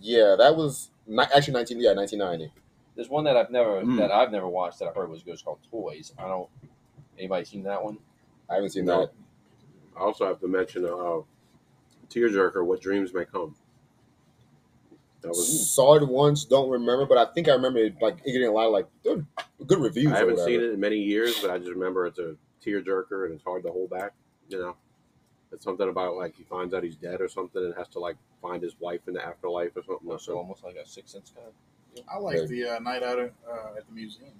[SPEAKER 4] Yeah, that was ni- actually 19. Yeah, 1990.
[SPEAKER 1] There's one that I've never
[SPEAKER 2] Mm.
[SPEAKER 1] that I've never watched that I heard was good. It's called Toys. I don't. Anybody seen that one?
[SPEAKER 4] I haven't seen
[SPEAKER 2] No.
[SPEAKER 4] that.
[SPEAKER 2] I also have to mention uh, Tearjerker, What Dreams May Come. That was
[SPEAKER 4] Saw it once. Don't remember, but I think I remember it, like it getting a lot of like good, good
[SPEAKER 2] I
[SPEAKER 4] reviews. or
[SPEAKER 2] haven't
[SPEAKER 4] whatever.
[SPEAKER 2] seen it in many years, but I just remember it's a tearjerker and it's hard to hold back. You know, it's something about like he finds out he's dead or something and has to like find his wife in the afterlife or something.
[SPEAKER 1] So
[SPEAKER 2] So,
[SPEAKER 1] almost like a six sense kind. Of,
[SPEAKER 3] I like the uh, night out at, uh, at the museum.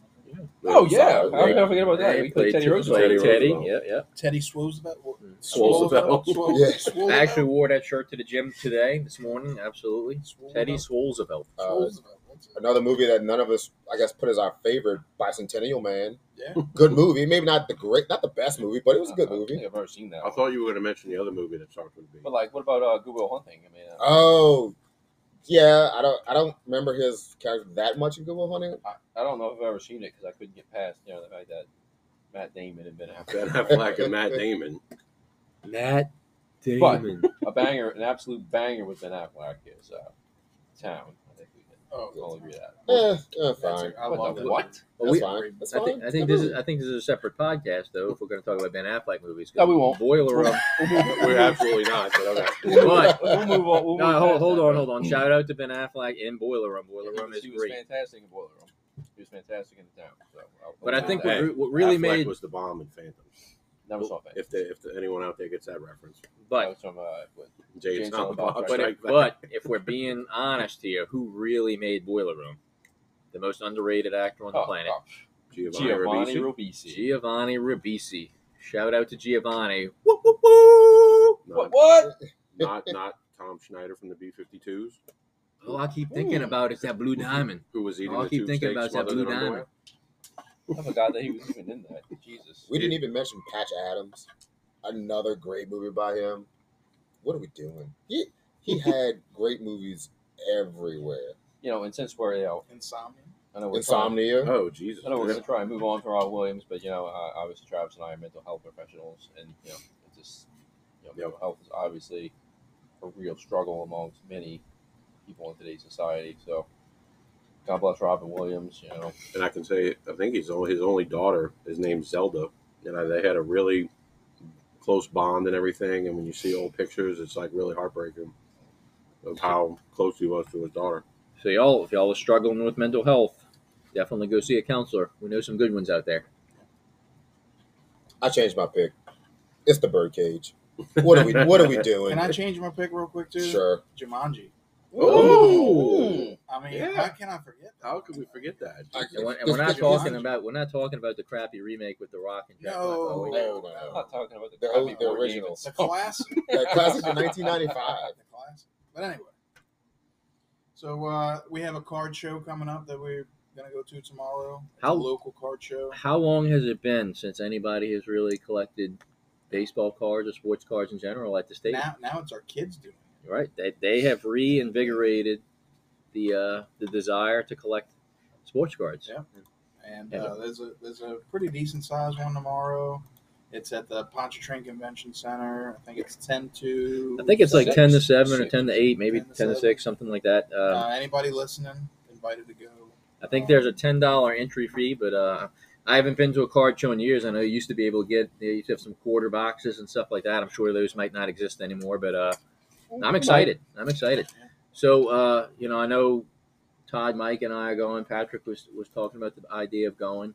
[SPEAKER 1] oh yeah,
[SPEAKER 4] solid.
[SPEAKER 1] how did I forget about that?
[SPEAKER 5] Hey,
[SPEAKER 1] we played Teddy Roosevelt.
[SPEAKER 5] Teddy,
[SPEAKER 2] Teddy
[SPEAKER 5] Teddy,
[SPEAKER 2] Roosevelt.
[SPEAKER 5] yeah, yeah.
[SPEAKER 3] Teddy Swoosevelt.
[SPEAKER 2] Swoosevelt.
[SPEAKER 4] Yeah.
[SPEAKER 5] I actually wore that shirt to the gym today, this morning. Absolutely. Teddy Swoolsevelt.
[SPEAKER 4] Uh, another movie that none of us, I guess, put as our favorite, Bicentennial Man.
[SPEAKER 3] Yeah.
[SPEAKER 4] Good movie. Maybe not the great, not the best movie, but it was a
[SPEAKER 1] I
[SPEAKER 4] good
[SPEAKER 1] don't think
[SPEAKER 4] movie.
[SPEAKER 1] I've never seen that.
[SPEAKER 2] I
[SPEAKER 1] one.
[SPEAKER 2] thought you were going to mention the other movie that starts with B.
[SPEAKER 1] But like, what about uh, Goodwill Hunting? I mean, uh,
[SPEAKER 4] Oh, yeah. I don't, I don't remember his character that much in Good Will Hunting.
[SPEAKER 1] I, I don't know if I've ever seen it because I couldn't get past you know the fact that Matt Damon and Ben Affleck.
[SPEAKER 2] Ben Affleck and Matt Damon.
[SPEAKER 5] Matt
[SPEAKER 1] But- a banger, an absolute banger with Ben Affleck is uh, Town. I think we can
[SPEAKER 3] Oh,
[SPEAKER 1] all agree with that.
[SPEAKER 4] Eh, eh,
[SPEAKER 3] that's
[SPEAKER 4] fine.
[SPEAKER 3] it. I
[SPEAKER 1] What
[SPEAKER 3] love
[SPEAKER 1] the
[SPEAKER 3] it.
[SPEAKER 1] what?
[SPEAKER 4] That's fine. That's
[SPEAKER 5] I think,
[SPEAKER 4] fine.
[SPEAKER 5] I think this is I think this is a separate podcast though. If we're going to talk about Ben Affleck movies,
[SPEAKER 1] No, we won't.
[SPEAKER 5] Boiler room.
[SPEAKER 2] We're absolutely not. But okay.
[SPEAKER 5] But-
[SPEAKER 1] we'll move on. We'll
[SPEAKER 5] no,
[SPEAKER 1] move
[SPEAKER 5] hold,
[SPEAKER 1] past
[SPEAKER 5] hold
[SPEAKER 1] that,
[SPEAKER 5] on,
[SPEAKER 1] but-
[SPEAKER 5] hold on. Shout out to Ben Affleck in Boiler Room.
[SPEAKER 1] He
[SPEAKER 5] Boiler Room
[SPEAKER 1] was,
[SPEAKER 5] is
[SPEAKER 1] he was
[SPEAKER 5] great.
[SPEAKER 1] fantastic in Boiler Room. He was fantastic in the town. So I'll-
[SPEAKER 5] But I think
[SPEAKER 1] I'll-
[SPEAKER 5] what,
[SPEAKER 2] Hey,
[SPEAKER 5] re- what really
[SPEAKER 2] Affleck
[SPEAKER 5] made
[SPEAKER 2] was the bomb in Phantom.
[SPEAKER 1] never saw that.
[SPEAKER 2] If they, if anyone out there gets that reference,
[SPEAKER 1] That
[SPEAKER 5] but
[SPEAKER 1] was from uh, what-
[SPEAKER 2] James,
[SPEAKER 1] James Allen
[SPEAKER 2] Allen Bob
[SPEAKER 5] but if,
[SPEAKER 2] Strike Back.
[SPEAKER 5] but if we're being honest here, who really made Boiler Room? The most underrated actor on the
[SPEAKER 1] oh,
[SPEAKER 5] planet,
[SPEAKER 1] oh,
[SPEAKER 2] Giovanni,
[SPEAKER 1] Giovanni
[SPEAKER 2] Ribisi?
[SPEAKER 1] Ribisi.
[SPEAKER 5] Giovanni Ribisi. Shout out to Giovanni. Woo, woo, woo.
[SPEAKER 1] What?
[SPEAKER 2] Not,
[SPEAKER 1] what?
[SPEAKER 2] not not Tom Schneider from the B-52s,
[SPEAKER 5] All I keep thinking
[SPEAKER 1] Ooh.
[SPEAKER 5] about is that Blue Diamond.
[SPEAKER 2] who was eating
[SPEAKER 5] All I
[SPEAKER 2] the
[SPEAKER 5] keep
[SPEAKER 2] tube
[SPEAKER 5] thinking
[SPEAKER 2] steak
[SPEAKER 5] about is that
[SPEAKER 2] smothered
[SPEAKER 5] Blue
[SPEAKER 2] in underwear.
[SPEAKER 5] Diamond.
[SPEAKER 1] I forgot that he was even in that. Jesus.
[SPEAKER 4] We didn't even mention Patch Adams. Another great movie by him. What are we doing? He he had great movies everywhere.
[SPEAKER 1] You know, and since we're you know,
[SPEAKER 3] Insomnia.
[SPEAKER 1] I know we're trying-
[SPEAKER 4] Insomnia.
[SPEAKER 2] Oh Jesus!
[SPEAKER 1] I know we're going to try and move on from Rob Williams, but you know, uh, obviously Travis and I are mental health professionals, and you know, it's just you know, mental health is obviously a real struggle amongst many people in today's society. So, God bless Robin Williams. You know,
[SPEAKER 2] and I can say I think he's only, his only daughter is named Zelda, and I, they had a really close bond and everything. And when you see old pictures, it's like really heartbreaking of how close he was to his daughter.
[SPEAKER 5] So y'all, if y'all are struggling with mental health, definitely go see a counselor. We know some good ones out there.
[SPEAKER 4] I changed my pick. It's the birdcage. What are we what are we
[SPEAKER 3] Can
[SPEAKER 4] doing?
[SPEAKER 3] I change my pick real quick too?
[SPEAKER 4] Sure.
[SPEAKER 3] Jumanji.
[SPEAKER 2] Ooh.
[SPEAKER 3] I mean,
[SPEAKER 2] Yeah.
[SPEAKER 3] how can I forget that?
[SPEAKER 2] How could we forget that?
[SPEAKER 4] I-
[SPEAKER 5] And, when, and we're not
[SPEAKER 3] Jumanji.
[SPEAKER 5] talking about we're not talking about the crappy remake with The Rock and Jack. Black.
[SPEAKER 4] no,
[SPEAKER 3] No.
[SPEAKER 4] no,
[SPEAKER 1] I'm
[SPEAKER 4] no.
[SPEAKER 1] not talking about the,
[SPEAKER 4] The
[SPEAKER 1] crappy
[SPEAKER 4] old- the
[SPEAKER 1] board game
[SPEAKER 4] original.
[SPEAKER 3] The
[SPEAKER 1] itself.
[SPEAKER 3] Oh. classic.
[SPEAKER 4] That classic from 1995.
[SPEAKER 3] the classic. But anyway, so uh, we have a card show coming up that we're gonna go to tomorrow. It's a
[SPEAKER 5] How-
[SPEAKER 3] local card show?
[SPEAKER 5] How long has it been since anybody has really collected baseball cards or sports cards in general at the state?
[SPEAKER 3] Now, now it's our kids doing. it.
[SPEAKER 5] Right? They, they have reinvigorated the uh, the desire to collect sports cards.
[SPEAKER 3] Yeah. And
[SPEAKER 5] Yeah.
[SPEAKER 3] uh, there's a there's a pretty decent sized one tomorrow. It's at the Pontchartrain Convention Center. I think it's ten to.
[SPEAKER 5] I think it's like
[SPEAKER 3] six.
[SPEAKER 5] ten to seven or
[SPEAKER 1] Six.
[SPEAKER 5] ten to eight, maybe
[SPEAKER 3] 10 to
[SPEAKER 5] ten to six, something like that. Um,
[SPEAKER 3] Uh, anybody listening, invited to go.
[SPEAKER 5] I think there's a ten dollar entry fee, but uh, I haven't been to a card show in years. I know you used to be able to get you used to have some quarter boxes and stuff like that. I'm sure those might not exist anymore, but uh, I'm excited. I'm excited. So uh, you know, I know Todd, Mike, and I are going. Patrick was was talking about the idea of going.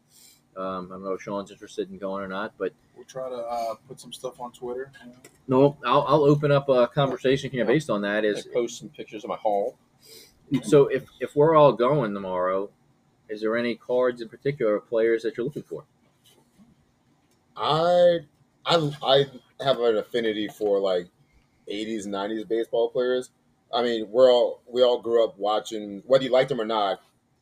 [SPEAKER 5] Um, I don't know if Sean's interested in going or not, but
[SPEAKER 3] We'll try to uh, put some stuff on Twitter. you know.
[SPEAKER 5] no, I'll, I'll open up a conversation here based on that. Is
[SPEAKER 1] I post some pictures of my haul.
[SPEAKER 5] so if if we're all going tomorrow, is there any cards in particular or players that you're looking for?
[SPEAKER 4] I I I have an affinity for like 80s 90s baseball players. I mean, we're all we all grew up watching whether you liked them or not.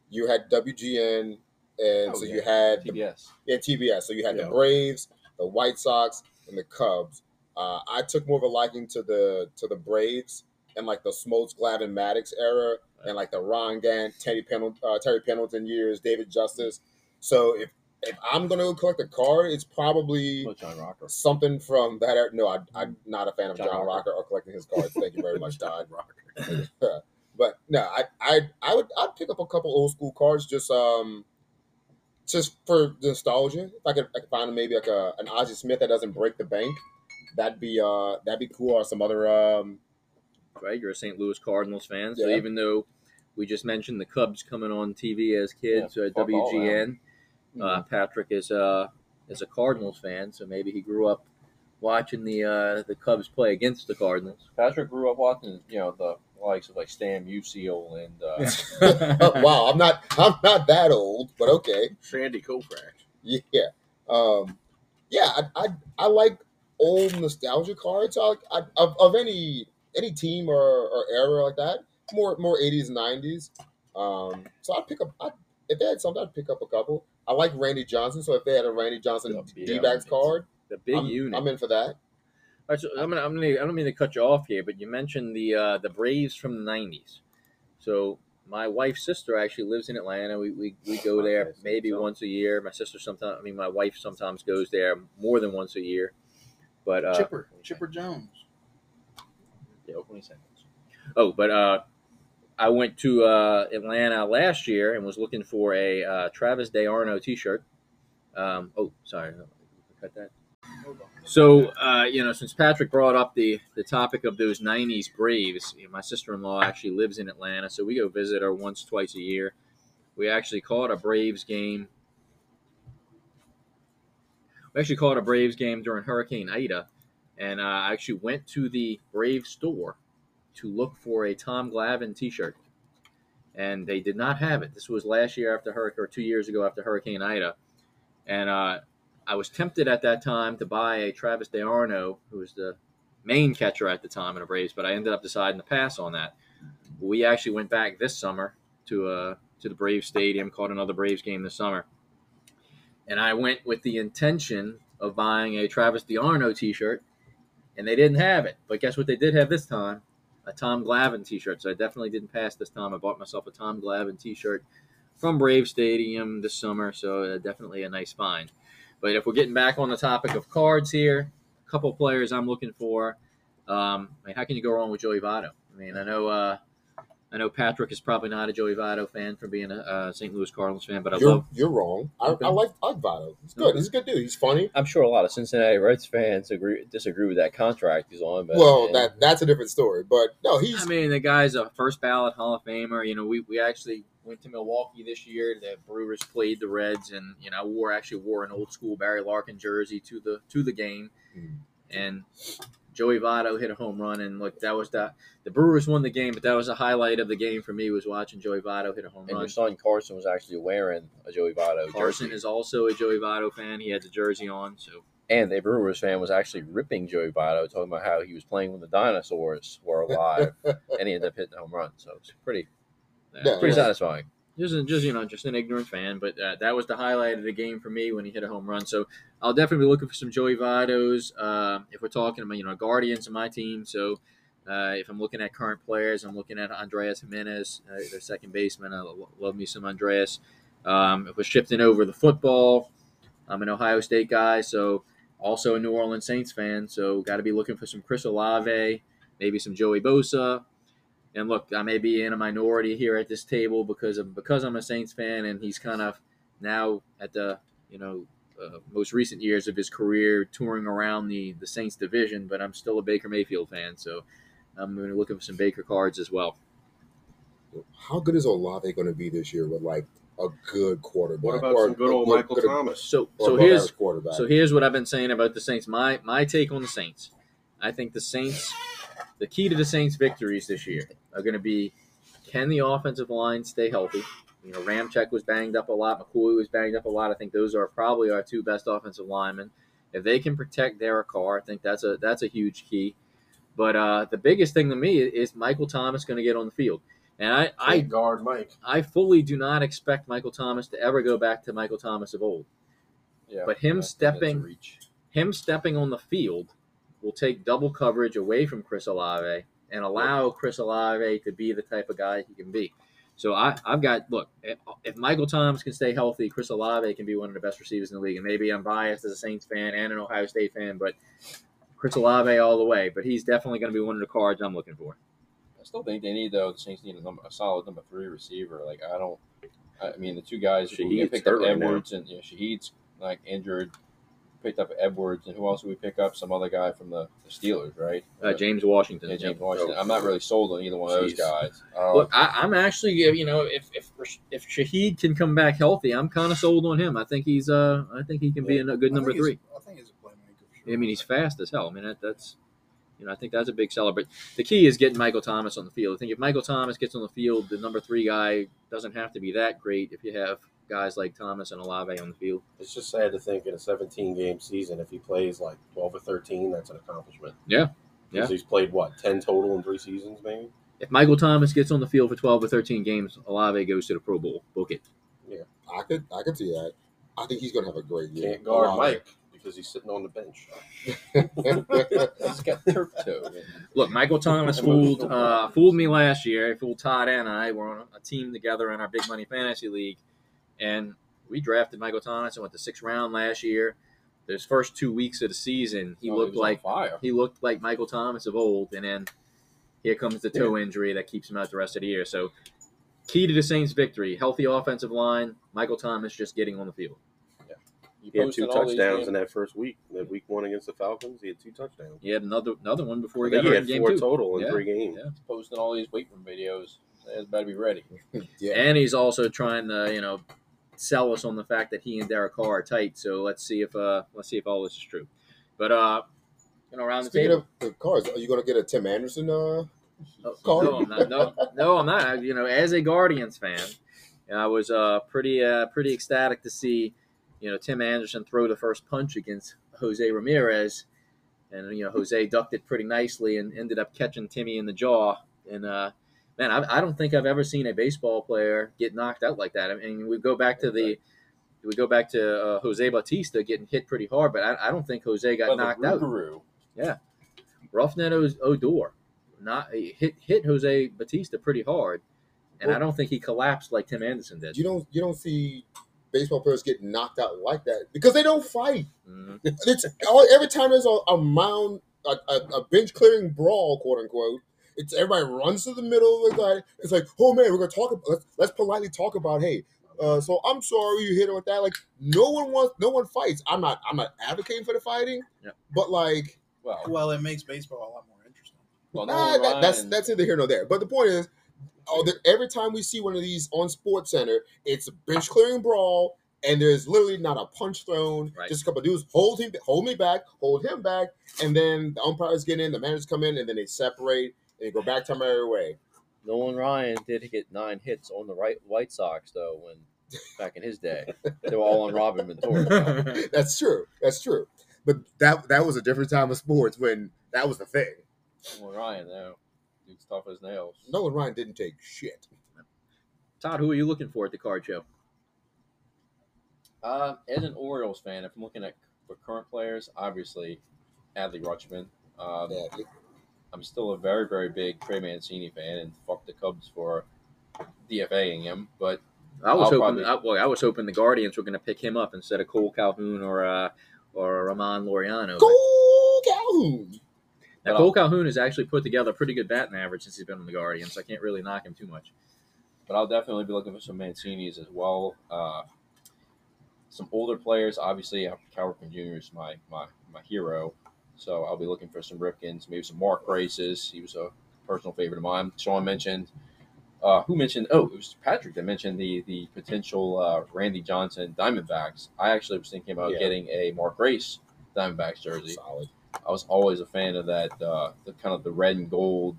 [SPEAKER 4] You had WGN and
[SPEAKER 1] Oh,
[SPEAKER 4] so
[SPEAKER 1] yeah.
[SPEAKER 4] you had the,
[SPEAKER 1] TBS.
[SPEAKER 4] yeah, TBS. So you had
[SPEAKER 2] Yeah.
[SPEAKER 4] the Braves, the White Sox, and the Cubs. Uh, I took more of a liking to the to the Braves and like the Smoltz, Glavin, Maddox era, and like the Ron Gant, Teddy Pendleton, uh, Terry Pendleton years, David Justice. So if if I'm gonna go collect a card, it's probably
[SPEAKER 1] Well, John Rocker.
[SPEAKER 4] something from that. Era. No, I, I'm not a fan of
[SPEAKER 1] John
[SPEAKER 4] John,
[SPEAKER 1] Rocker.
[SPEAKER 4] Rocker. or collecting his cards. Thank you very much, Todd.
[SPEAKER 2] Rocker.
[SPEAKER 4] But no, I I I would I'd pick up a couple old school cards just um just for nostalgia. If I could, I could find maybe like a an Ozzy Smith that doesn't break the bank, that'd be uh that'd be cool. Or some other um
[SPEAKER 5] right? You're a St. Louis Cardinals fan, so
[SPEAKER 4] Yeah.
[SPEAKER 5] even though we just mentioned the Cubs coming on TV as kids at
[SPEAKER 1] fuck all
[SPEAKER 5] WGN, uh,
[SPEAKER 4] Mm-hmm.
[SPEAKER 5] Patrick is uh, is a Cardinals fan, so maybe he grew up watching the uh, the Cubs play against the Cardinals.
[SPEAKER 1] Patrick grew up watching, you know, the likes of like Stan Musial and uh,
[SPEAKER 4] oh, wow. I'm not I'm not that old, but okay.
[SPEAKER 2] Sandy Koufax.
[SPEAKER 4] Yeah. Um, yeah, I, I I like old nostalgia cards. I, I of, of any any team or, or era like that. More more eighties nineties. Um, so I'd pick up I, if they had something. I'd pick up a couple. I like Randy Johnson. So if they had a Randy Johnson
[SPEAKER 1] Yeah,
[SPEAKER 4] D backs
[SPEAKER 1] yeah.
[SPEAKER 4] card,
[SPEAKER 5] The big
[SPEAKER 4] I'm,
[SPEAKER 5] unit.
[SPEAKER 4] I'm in for that.
[SPEAKER 5] All right, so I'm gonna, I'm gonna, I don't mean to cut you off here, but you mentioned the uh, the Braves from the '90s. So my wife's sister actually lives in Atlanta. We, we, we go there maybe once a year. My sister sometimes, I mean, my wife sometimes goes there more than once a year. But uh,
[SPEAKER 3] Chipper, Chipper Jones.
[SPEAKER 5] yeah, Oklahoma Sentinels. Oh, but uh, I went to uh, Atlanta last year and was looking for a uh, Travis DeArno T-shirt. Um, oh, sorry, cut that. So uh, you know, since Patrick brought up the the topic of those '90s Braves, you know, my sister-in-law actually lives in Atlanta, so we go visit her once, twice a year. We actually caught a Braves game. We actually caught a Braves game during Hurricane Ida, and uh, I actually went to the Brave store to look for a Tom Glavine T-shirt, and they did not have it. This was last year after Hurricane, or two years ago after Hurricane Ida, and uh, I was tempted at that time to buy a Travis DeArno, who was the main catcher at the time in the Braves, but I ended up deciding to pass on that. We actually went back this summer to uh, to the Braves Stadium, caught another Braves game this summer, and I went with the intention of buying a Travis DeArno T-shirt, and they didn't have it. But guess what? They did have this time a Tom Glavine T-shirt. So I definitely didn't pass this time. I bought myself a Tom Glavine T-shirt from Brave Stadium this summer, so uh, definitely a nice find. But if we're getting back on the topic of cards here, a couple players I'm looking for. Um, I mean, how can you go wrong with Joey Votto? I mean, I know uh, I know Patrick is probably not a Joey Votto fan from being a, uh St. Louis Cardinals fan, but I
[SPEAKER 4] you're,
[SPEAKER 5] love.
[SPEAKER 4] you're wrong. I,
[SPEAKER 5] Okay.
[SPEAKER 4] I like I like Votto. He's good.
[SPEAKER 5] Okay.
[SPEAKER 4] He's a good dude. He's funny.
[SPEAKER 1] I'm sure a lot of Cincinnati Reds fans agree disagree with that contract he's on. But
[SPEAKER 4] well,
[SPEAKER 1] and-
[SPEAKER 4] that that's a different story. But no,
[SPEAKER 5] I
[SPEAKER 4] he's
[SPEAKER 5] mean, the guy's a first ballot Hall of Famer. You know, we, we actually went to Milwaukee this year. The Brewers played the Reds, and you know, I wore actually wore an old school Barry Larkin jersey to the to the game,
[SPEAKER 4] Mm.
[SPEAKER 5] and Joey Votto hit a home run. And look, that was the the Brewers won the game, but that was the highlight of the game for me was watching Joey Votto hit a home
[SPEAKER 1] and your
[SPEAKER 5] run.
[SPEAKER 1] son Carson was actually wearing a Joey Votto
[SPEAKER 5] Carson
[SPEAKER 1] jersey,
[SPEAKER 5] is also a Joey Votto fan. He had the jersey on, so
[SPEAKER 1] and a Brewers fan was actually ripping Joey Votto, talking about how he was playing when the dinosaurs were alive, and he ended up hitting a home run. So it's pretty
[SPEAKER 4] Yeah,
[SPEAKER 1] pretty
[SPEAKER 5] just-
[SPEAKER 1] satisfying.
[SPEAKER 5] just just you know just an ignorant fan, but uh, that was the highlight of the game for me when he hit a home run. So I'll definitely be looking for some Joey Votto's. Um if we're talking about you know Guardians of my team, so uh, if I'm looking at current players, I'm looking at Andreas Jimenez, uh, their second baseman. I lo- love me some Andreas. Um, if we're shifting over the football, I'm an Ohio State guy, so also a New Orleans Saints fan. So got to be looking for some Chris Olave, maybe some Joey Bosa, and look, I may be in a minority here at this table because of because I'm a Saints fan, and he's kind of now at the you know uh, most recent years of his career touring around the the Saints division. But I'm still a Baker Mayfield fan, so I'm going to look for some Baker cards as well.
[SPEAKER 4] how good is Olave going to be this year with like a good quarterback?
[SPEAKER 2] What about
[SPEAKER 4] Or
[SPEAKER 2] some good old
[SPEAKER 4] look,
[SPEAKER 2] Michael
[SPEAKER 4] good-
[SPEAKER 2] Thomas?
[SPEAKER 5] So
[SPEAKER 4] or
[SPEAKER 5] so
[SPEAKER 4] above
[SPEAKER 5] here's
[SPEAKER 4] average quarterback.
[SPEAKER 5] So here's what I've been saying about the Saints. My my take on the Saints. I think the Saints, the key to the Saints' victories this year are going to be can the offensive line stay healthy? You know, Ramchek was banged up a lot. McCoy was banged up a lot. I think those are probably our two best offensive linemen. If they can protect Derek Carr, I think that's a that's a huge key. But uh, the biggest thing to me is Michael Thomas going to get on the field, and I, I
[SPEAKER 2] Can't guard Mike.
[SPEAKER 5] I fully do not expect Michael Thomas to ever go back to Michael Thomas of old.
[SPEAKER 1] Yeah,
[SPEAKER 5] But him
[SPEAKER 1] I think that's a
[SPEAKER 5] stepping-
[SPEAKER 1] reach.
[SPEAKER 5] Him stepping on the field will take double coverage away from Chris Olave and allow Chris Olave to be the type of guy he can be. So I, I've got look. If, if Michael Thomas can stay healthy, Chris Olave can be one of the best receivers in the league. And maybe I'm biased as a Saints fan and an Ohio State fan, but Chris Olave all the way. But he's definitely going to be one of the cards I'm looking for.
[SPEAKER 1] I still think they need though. The Saints need a, number, a solid number three receiver. Like I don't. I mean, the two guys
[SPEAKER 2] Shaheed's
[SPEAKER 1] we picked up
[SPEAKER 2] hurt right now.
[SPEAKER 1] Edwards and yeah, Shahid's like injured. Picked up Edwards and who else did we pick up? Some other guy from the, the Steelers, right?
[SPEAKER 5] Uh, James Washington.
[SPEAKER 1] Yeah, James Washington. I'm not really sold on either one of those
[SPEAKER 2] Jeez.
[SPEAKER 1] guys. Um,
[SPEAKER 5] Look, I, I'm actually, you know, if if if Shahid can come back healthy, I'm kind of sold on him. I think he's, uh, I think he can be a good
[SPEAKER 3] I
[SPEAKER 5] number
[SPEAKER 3] think he's-
[SPEAKER 5] three.
[SPEAKER 3] I think he's a playmaker. for sure.
[SPEAKER 5] I mean, he's fast as hell. I mean, that, that's, you know, I think that's a big seller. But the key is getting Michael Thomas on the field. I think if Michael Thomas gets on the field, the number three guy doesn't have to be that great if you have guys like Thomas and Olave on the field.
[SPEAKER 2] It's just sad to think in a 17 game season, if he plays like 12 or 13, that's an accomplishment.
[SPEAKER 5] Yeah.
[SPEAKER 2] 'Cause He's played what 10 total in three seasons, maybe.
[SPEAKER 5] If Michael Thomas gets on the field for 12 or 13 games, Olave goes to the Pro Bowl. Book it.
[SPEAKER 4] I could I could see that. I think he's going to have a great year.
[SPEAKER 2] Can't guard
[SPEAKER 4] Olave.
[SPEAKER 2] Mike because he's sitting on the bench.
[SPEAKER 1] It's got turf toe.
[SPEAKER 5] Look, Michael Thomas fooled uh, fooled me last year. He fooled Todd and I. We're on a team together in our big money fantasy league, and we drafted Michael Thomas and went to sixth round last year. Those first two weeks of the season, he
[SPEAKER 1] Oh,
[SPEAKER 5] looked
[SPEAKER 1] was on
[SPEAKER 5] like
[SPEAKER 1] fire.
[SPEAKER 5] he looked like Michael Thomas of old, and then here comes the toe injury that keeps him out the rest of the year. So, key to the Saints' victory: healthy offensive line, Michael Thomas just getting on the field.
[SPEAKER 2] He had
[SPEAKER 1] posted
[SPEAKER 2] two
[SPEAKER 1] all these
[SPEAKER 2] touchdowns
[SPEAKER 1] games.
[SPEAKER 2] in that first week. That week one against the Falcons, he had two touchdowns.
[SPEAKER 5] He had another another one before
[SPEAKER 2] I
[SPEAKER 5] he
[SPEAKER 2] think
[SPEAKER 5] got
[SPEAKER 2] he
[SPEAKER 5] hurt in
[SPEAKER 2] had
[SPEAKER 5] game
[SPEAKER 2] four
[SPEAKER 5] two.
[SPEAKER 2] total in
[SPEAKER 5] Yeah.
[SPEAKER 2] three games.
[SPEAKER 1] Posting all these weight room videos. It's better be ready.
[SPEAKER 4] Yeah.
[SPEAKER 5] And he's also trying to, you know, sell us on the fact that he and Derek Carr are tight. So let's see if uh let's see if all this is true. But uh you know, around
[SPEAKER 4] Speaking
[SPEAKER 5] the table.
[SPEAKER 4] of the cars, are you going to get a Tim Anderson? Uh,
[SPEAKER 5] no,
[SPEAKER 4] Carr.
[SPEAKER 5] Oh, no, I'm not, no, no, I'm not. I- You know, as a Guardians fan, I was uh pretty uh pretty ecstatic to see, you know, Tim Anderson throw the first punch against Jose Ramirez. And you know, Jose ducked it pretty nicely and ended up catching Timmy in the jaw. And uh man, I, I don't think I've ever seen a baseball player get knocked out like that. I mean, we go back to the, we go back to uh, Jose Bautista getting hit pretty hard, but I, I don't think Jose got knocked out. Roughneck O- Odor, not he hit hit Jose Bautista pretty hard, and I
[SPEAKER 4] Well-
[SPEAKER 5] don't think he collapsed like Tim Anderson did.
[SPEAKER 4] you don't you don't see baseball players get knocked out like that because they don't fight.
[SPEAKER 5] Mhm.
[SPEAKER 4] It's all, every time there's a, a mound, a, a, a bench clearing brawl, quote unquote. It's everybody runs to the middle of the guy. It's like, oh man, we're gonna talk. About, let's, let's politely talk about, hey, uh, so I'm sorry you hit him with that. Like no one wants, no one fights. I'm not, I'm not advocating for the fighting,
[SPEAKER 5] Yeah.
[SPEAKER 4] but like
[SPEAKER 1] Well,
[SPEAKER 3] Well, it makes baseball a lot more interesting.
[SPEAKER 1] well
[SPEAKER 4] Nah,
[SPEAKER 1] Nolan
[SPEAKER 4] that, that's
[SPEAKER 1] Ryan-
[SPEAKER 4] that's either here nor there. But the point is, oh, that every time we see one of these on Sports Center, it's a bench clearing brawl, and there's literally not a punch thrown.
[SPEAKER 5] Right.
[SPEAKER 4] Just a couple of dudes hold him, hold me back, hold him back, and then the umpires get in, the managers come in, and then they separate and they go back to their way.
[SPEAKER 1] Nolan Ryan did get nine hits on the right White Sox though when back in his day they were all on Robin Ventura.
[SPEAKER 4] That's true. That's true. But that that was a different time of sports when that was the thing.
[SPEAKER 1] Nolan Ryan though, dude's tough as nails.
[SPEAKER 4] Nolan Ryan didn't take shit.
[SPEAKER 5] Todd, who are you looking for at the card show?
[SPEAKER 1] Uh, as an Orioles fan, if I'm looking at the current players, obviously Adley Rutschman. Um,
[SPEAKER 4] Badly.
[SPEAKER 1] I'm still a very, very big Trey Mancini fan, and fuck the Cubs for DFAing him. But
[SPEAKER 5] I was
[SPEAKER 1] I'll
[SPEAKER 5] hoping.
[SPEAKER 1] probably-
[SPEAKER 5] I, well, I was hoping the Guardians were going to pick him up instead of Cole Calhoun or uh, or Ramon Laureano. but-
[SPEAKER 4] Go Calhoun.
[SPEAKER 5] Now,
[SPEAKER 1] But
[SPEAKER 5] Cole Calhoun has actually put together a pretty good batting average since he's been on the Guardians. So I can't really knock him too much.
[SPEAKER 1] but I'll definitely be looking for some Mancinis as well. Uh, some older players, obviously, uh, Cal Ripken Jr. is my, my, my hero. So I'll be looking for some Ripkins, maybe some Mark Races. He was a personal favorite of mine. Sean mentioned, uh, who mentioned? Oh, it was Patrick that mentioned the the potential uh, Randy Johnson Diamondbacks. I actually was thinking about
[SPEAKER 2] Yeah.
[SPEAKER 1] getting a Mark Race Diamondbacks jersey.
[SPEAKER 4] Solid.
[SPEAKER 1] I was always a fan of that, uh, the kind of the red and gold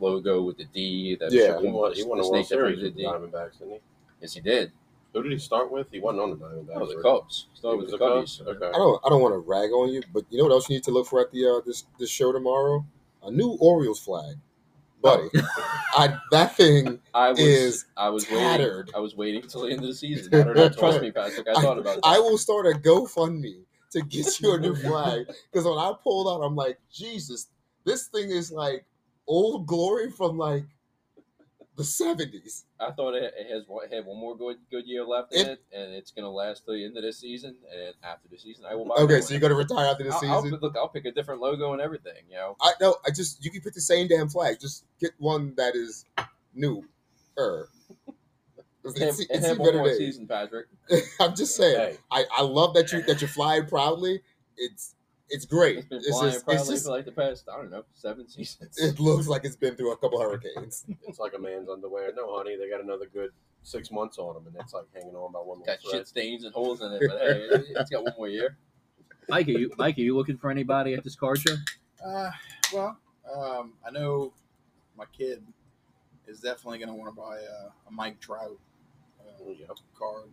[SPEAKER 1] logo with the D. That
[SPEAKER 2] Yeah,
[SPEAKER 1] should-
[SPEAKER 2] he won, he won
[SPEAKER 1] the
[SPEAKER 2] a World
[SPEAKER 1] snake that
[SPEAKER 2] Series
[SPEAKER 1] printed
[SPEAKER 2] with
[SPEAKER 1] the
[SPEAKER 2] the
[SPEAKER 1] D.
[SPEAKER 2] Diamondbacks, didn't he?
[SPEAKER 1] Yes, he did.
[SPEAKER 2] Who did he start with? He wasn't on the Diamondbacks.
[SPEAKER 1] No, the
[SPEAKER 2] right?
[SPEAKER 1] Cubs. He
[SPEAKER 2] He
[SPEAKER 1] started with
[SPEAKER 2] was
[SPEAKER 1] the
[SPEAKER 2] the
[SPEAKER 1] Cubs.
[SPEAKER 2] Cubs.
[SPEAKER 4] I
[SPEAKER 2] Okay.
[SPEAKER 4] don't I don't want to rag on you, but you know what else you need to look for at the uh, this this show tomorrow? A new Orioles flag, buddy. I that thing
[SPEAKER 1] I was
[SPEAKER 4] is
[SPEAKER 1] I was waiting.
[SPEAKER 4] tattered.
[SPEAKER 1] I was waiting till the end of the season. I don't know. Trust me, Patrick. I thought about it.
[SPEAKER 4] I will start a GoFundMe to get you a new flag because when I pulled out, I'm like, Jesus, this thing is like old glory from like the '70s.
[SPEAKER 1] I thought it, it has one, had one more good good year left in it, and it's gonna last till the end of this season. And after the season, I will buy.
[SPEAKER 4] Okay,
[SPEAKER 1] one.
[SPEAKER 4] so you're gonna retire after this
[SPEAKER 1] I'll, I'll,
[SPEAKER 4] season?
[SPEAKER 1] look, I'll pick a different logo and everything. You know,
[SPEAKER 4] I no, I just you can pick the same damn flag. Just get one that is new. Er.
[SPEAKER 1] and, have- and have one
[SPEAKER 4] better
[SPEAKER 1] more
[SPEAKER 4] days.
[SPEAKER 1] season, Patrick.
[SPEAKER 4] I'm just saying.
[SPEAKER 2] Hey,
[SPEAKER 4] I, I love that you that you fly proudly. It's it's great.
[SPEAKER 1] It's been
[SPEAKER 4] It's
[SPEAKER 1] flying
[SPEAKER 4] just,
[SPEAKER 1] proudly
[SPEAKER 4] it's just
[SPEAKER 1] for like the past I don't know seven seasons.
[SPEAKER 4] it looks like it's been through a couple hurricanes.
[SPEAKER 2] it's like a man's underwear. No, honey, they got another good six months on them, and it's like hanging on by one little
[SPEAKER 1] got
[SPEAKER 2] thread.
[SPEAKER 1] shit stains and holes in it, but hey, it, it's got one more year.
[SPEAKER 5] Mike, are you Mike? Are you looking for anybody at this card show?
[SPEAKER 3] Uh, well, um, I know my kid is definitely going to want to buy a, a Mike Trout uh,
[SPEAKER 2] Oh, yeah.
[SPEAKER 3] card.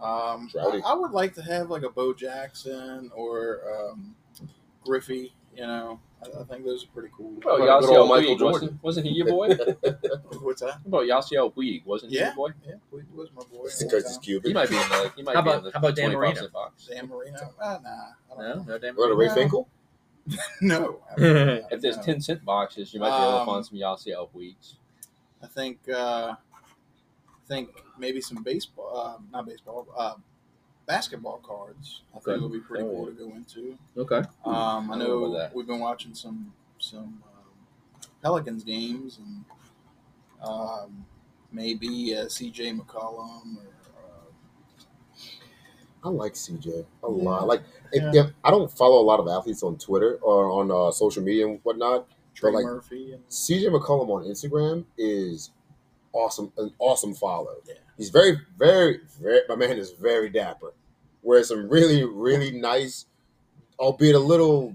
[SPEAKER 3] Um, I,
[SPEAKER 4] Trouty.
[SPEAKER 3] I would like to have like a Bo Jackson or um, Griffey. You know, I, I think those are pretty cool.
[SPEAKER 1] Well,
[SPEAKER 2] What about good
[SPEAKER 1] Yasiel
[SPEAKER 2] old Michael
[SPEAKER 1] Puig
[SPEAKER 2] Jordan?
[SPEAKER 1] wasn't, wasn't he your boy? What
[SPEAKER 3] What's that?
[SPEAKER 1] about Yasiel Puig? Wasn't he
[SPEAKER 3] Yeah.
[SPEAKER 1] your boy?
[SPEAKER 3] Yeah, Puig was my boy.
[SPEAKER 4] It's because it's
[SPEAKER 1] He
[SPEAKER 4] Cuban.
[SPEAKER 1] might be in the. He might
[SPEAKER 5] How
[SPEAKER 1] be
[SPEAKER 5] about-
[SPEAKER 1] in the
[SPEAKER 5] how about Dan
[SPEAKER 1] 25
[SPEAKER 5] Marino?
[SPEAKER 1] box.
[SPEAKER 3] Sam Marino. Ah, nah, I don't
[SPEAKER 5] No,
[SPEAKER 3] know.
[SPEAKER 5] no damn.
[SPEAKER 4] What a Ray
[SPEAKER 3] Yeah.
[SPEAKER 4] Finkel.
[SPEAKER 3] no. absolutely not.
[SPEAKER 1] If there's
[SPEAKER 3] No.
[SPEAKER 1] ten cent boxes, you might be able to
[SPEAKER 3] Um,
[SPEAKER 1] find some Yahtzee elf weeks.
[SPEAKER 3] I think uh, I think maybe some baseball, uh, not baseball, uh, basketball cards. I think
[SPEAKER 1] Okay.
[SPEAKER 3] would be pretty
[SPEAKER 1] Oh, Hmm.
[SPEAKER 3] cool to go into.
[SPEAKER 5] Okay.
[SPEAKER 3] Um, I
[SPEAKER 1] I remember
[SPEAKER 3] know
[SPEAKER 1] that.
[SPEAKER 3] we've been watching some some um, Pelicans games and um, maybe uh, C.J. McCollum or uh,
[SPEAKER 4] I like CJ a
[SPEAKER 3] Yeah.
[SPEAKER 4] lot. Like, if,
[SPEAKER 3] Yeah.
[SPEAKER 4] if I don't follow a lot of athletes on Twitter or on uh, social media and whatnot,
[SPEAKER 3] Trey
[SPEAKER 4] like-
[SPEAKER 3] Murphy. And,
[SPEAKER 4] CJ McCollum on Instagram is awesome, an awesome follow.
[SPEAKER 3] Yeah.
[SPEAKER 4] He's very, very, very, my man is very dapper. Wears some really, really nice, albeit a little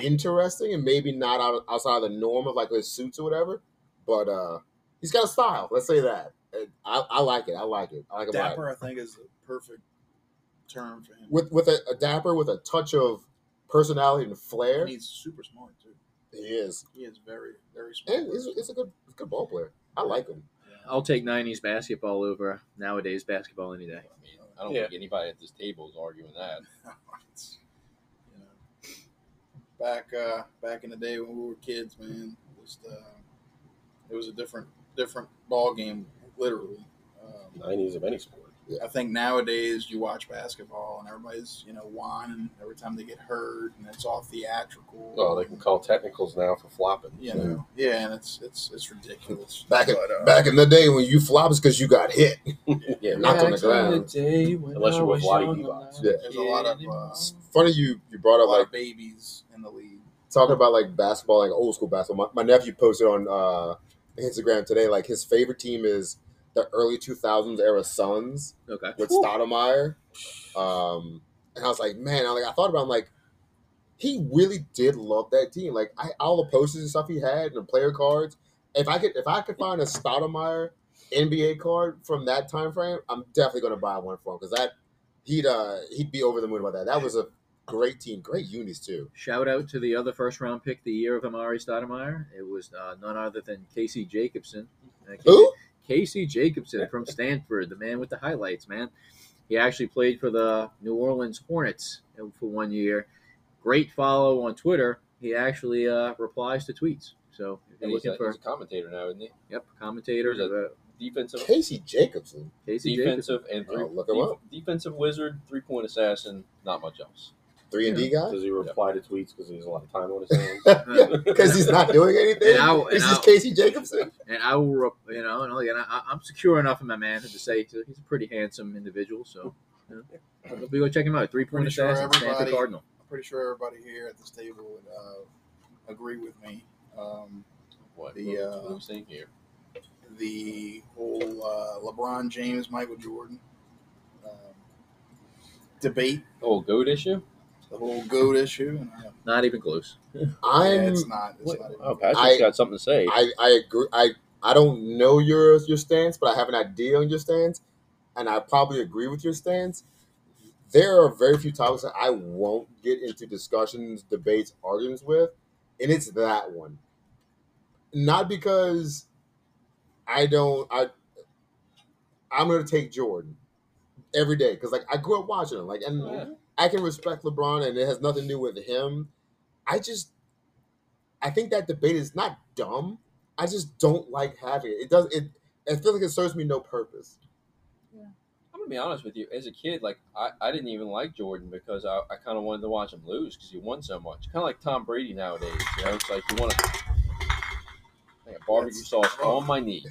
[SPEAKER 4] interesting and maybe not out, outside of the norm of like his suits or whatever, but uh he's got a style. Let's say that. And I, I like it. I like it. I like it. a lot.
[SPEAKER 3] Dapper, I think, is the perfect term for him.
[SPEAKER 4] With, with a, a dapper with a touch of personality and flair,
[SPEAKER 3] And he's super smart too.
[SPEAKER 4] he is.
[SPEAKER 3] He is very very smart.
[SPEAKER 4] And he's, he's a good, good ball player. I like him.
[SPEAKER 5] I'll take '90s basketball over nowadays basketball any day.
[SPEAKER 1] I mean, I don't
[SPEAKER 5] Yeah.
[SPEAKER 1] think anybody at this table is arguing that.
[SPEAKER 3] It's, you know, back uh, back in the day when we were kids, man, just, uh, it was a different different ball game, literally. Um,
[SPEAKER 2] Nineties of any sport.
[SPEAKER 3] I think nowadays you watch basketball and everybody's you know whining every time they get hurt, and it's all theatrical.
[SPEAKER 2] Oh, they can call technicals now for flopping.
[SPEAKER 3] you know, yeah, and it's it's it's ridiculous.
[SPEAKER 4] Back in,
[SPEAKER 3] But, uh,
[SPEAKER 4] back in the day when you flop is because you got hit.
[SPEAKER 2] Yeah,
[SPEAKER 4] Knocked on the ground.
[SPEAKER 2] Unless you're with Lottie Evox.
[SPEAKER 4] Yeah.
[SPEAKER 3] there's a lot of uh,
[SPEAKER 4] It's
[SPEAKER 3] a
[SPEAKER 4] funny you, you brought up
[SPEAKER 3] lot
[SPEAKER 4] like
[SPEAKER 3] of babies in the league.
[SPEAKER 4] talking about like basketball, like old school basketball. My, my nephew posted on uh, Instagram today like his favorite team is the early 2000s era Suns
[SPEAKER 5] Okay.
[SPEAKER 4] with Stoudemire. Um, and I was like, man, I like I thought about it, I'm like he really did love that team. Like I, all the posters and stuff he had and the player cards. If I could if I could find a Stoudemire NBA card from that time frame, I'm definitely gonna buy one for him because that he'd uh he'd be over the moon about that. That was a great team, great unis too.
[SPEAKER 5] Shout out to the other first round pick the year of Amari Stoudemire. It was uh, none other than Casey Jacobson. Uh, Casey-
[SPEAKER 4] Who?
[SPEAKER 5] Casey Jacobson from Stanford, the man with the highlights, man. He actually played for the New Orleans Hornets uh, for one year. Great follow on Twitter. He actually uh, replies to tweets. So if you're
[SPEAKER 1] And he's a,
[SPEAKER 5] looking for
[SPEAKER 1] he's a commentator now, isn't he?
[SPEAKER 5] yep commentators,
[SPEAKER 1] he's
[SPEAKER 5] uh,
[SPEAKER 1] Defensive,
[SPEAKER 4] Casey Jacobson.
[SPEAKER 5] Casey Jacobson.
[SPEAKER 1] defensive, and three,
[SPEAKER 4] Oh, look him
[SPEAKER 1] def-
[SPEAKER 4] up.
[SPEAKER 1] defensive wizard, three point assassin. Not much else.
[SPEAKER 4] Three and D guy?
[SPEAKER 2] Does he reply to tweets because he has a lot of time on his hands?
[SPEAKER 4] Because he's not doing anything.
[SPEAKER 5] And I- and
[SPEAKER 4] He's just
[SPEAKER 5] I-
[SPEAKER 4] Casey Jacobson.
[SPEAKER 5] and I will, rep- you know, and, I'll- and I, I'm secure enough in my manhood to say he's a- he's a pretty handsome individual. So, you know. we go check him out. Three point
[SPEAKER 3] Pretty sure
[SPEAKER 5] assassin, Stanford
[SPEAKER 3] everybody-
[SPEAKER 5] Cardinal.
[SPEAKER 3] I'm pretty sure everybody here at this table would uh, agree with me. Um,
[SPEAKER 1] What?
[SPEAKER 3] The,
[SPEAKER 1] what-
[SPEAKER 3] uh,
[SPEAKER 1] what I'm saying here.
[SPEAKER 3] the whole uh, LeBron James, Michael Jordan um, debate,
[SPEAKER 1] Oh, goat issue.
[SPEAKER 3] the whole goat issue, and uh,
[SPEAKER 5] Not even close.
[SPEAKER 4] I'm
[SPEAKER 3] yeah, it's not. It's
[SPEAKER 1] Wait,
[SPEAKER 3] not even-
[SPEAKER 1] oh, Patrick's
[SPEAKER 4] I-
[SPEAKER 1] got something to say.
[SPEAKER 4] I, I agree. I, I don't know your your stance, but I have an idea on your stance, and I probably agree with your stance. There are very few topics that I won't get into discussions, debates, arguments with, and it's that one. Not because I don't I I'm gonna take Jordan every day because like I grew up watching him, like and
[SPEAKER 1] Yeah.
[SPEAKER 4] I can respect LeBron and it has nothing to do with him. I just I think that debate is not dumb. I just don't like having it. It does it I feel like it serves me no purpose.
[SPEAKER 1] I'm gonna be honest with you. As a kid, like I, I didn't even like Jordan because I, I kind of wanted to watch him lose because he won so much. Kind of like Tom Brady nowadays. You know, it's like you want to like a barbecue
[SPEAKER 3] That's-
[SPEAKER 1] sauce on my knee.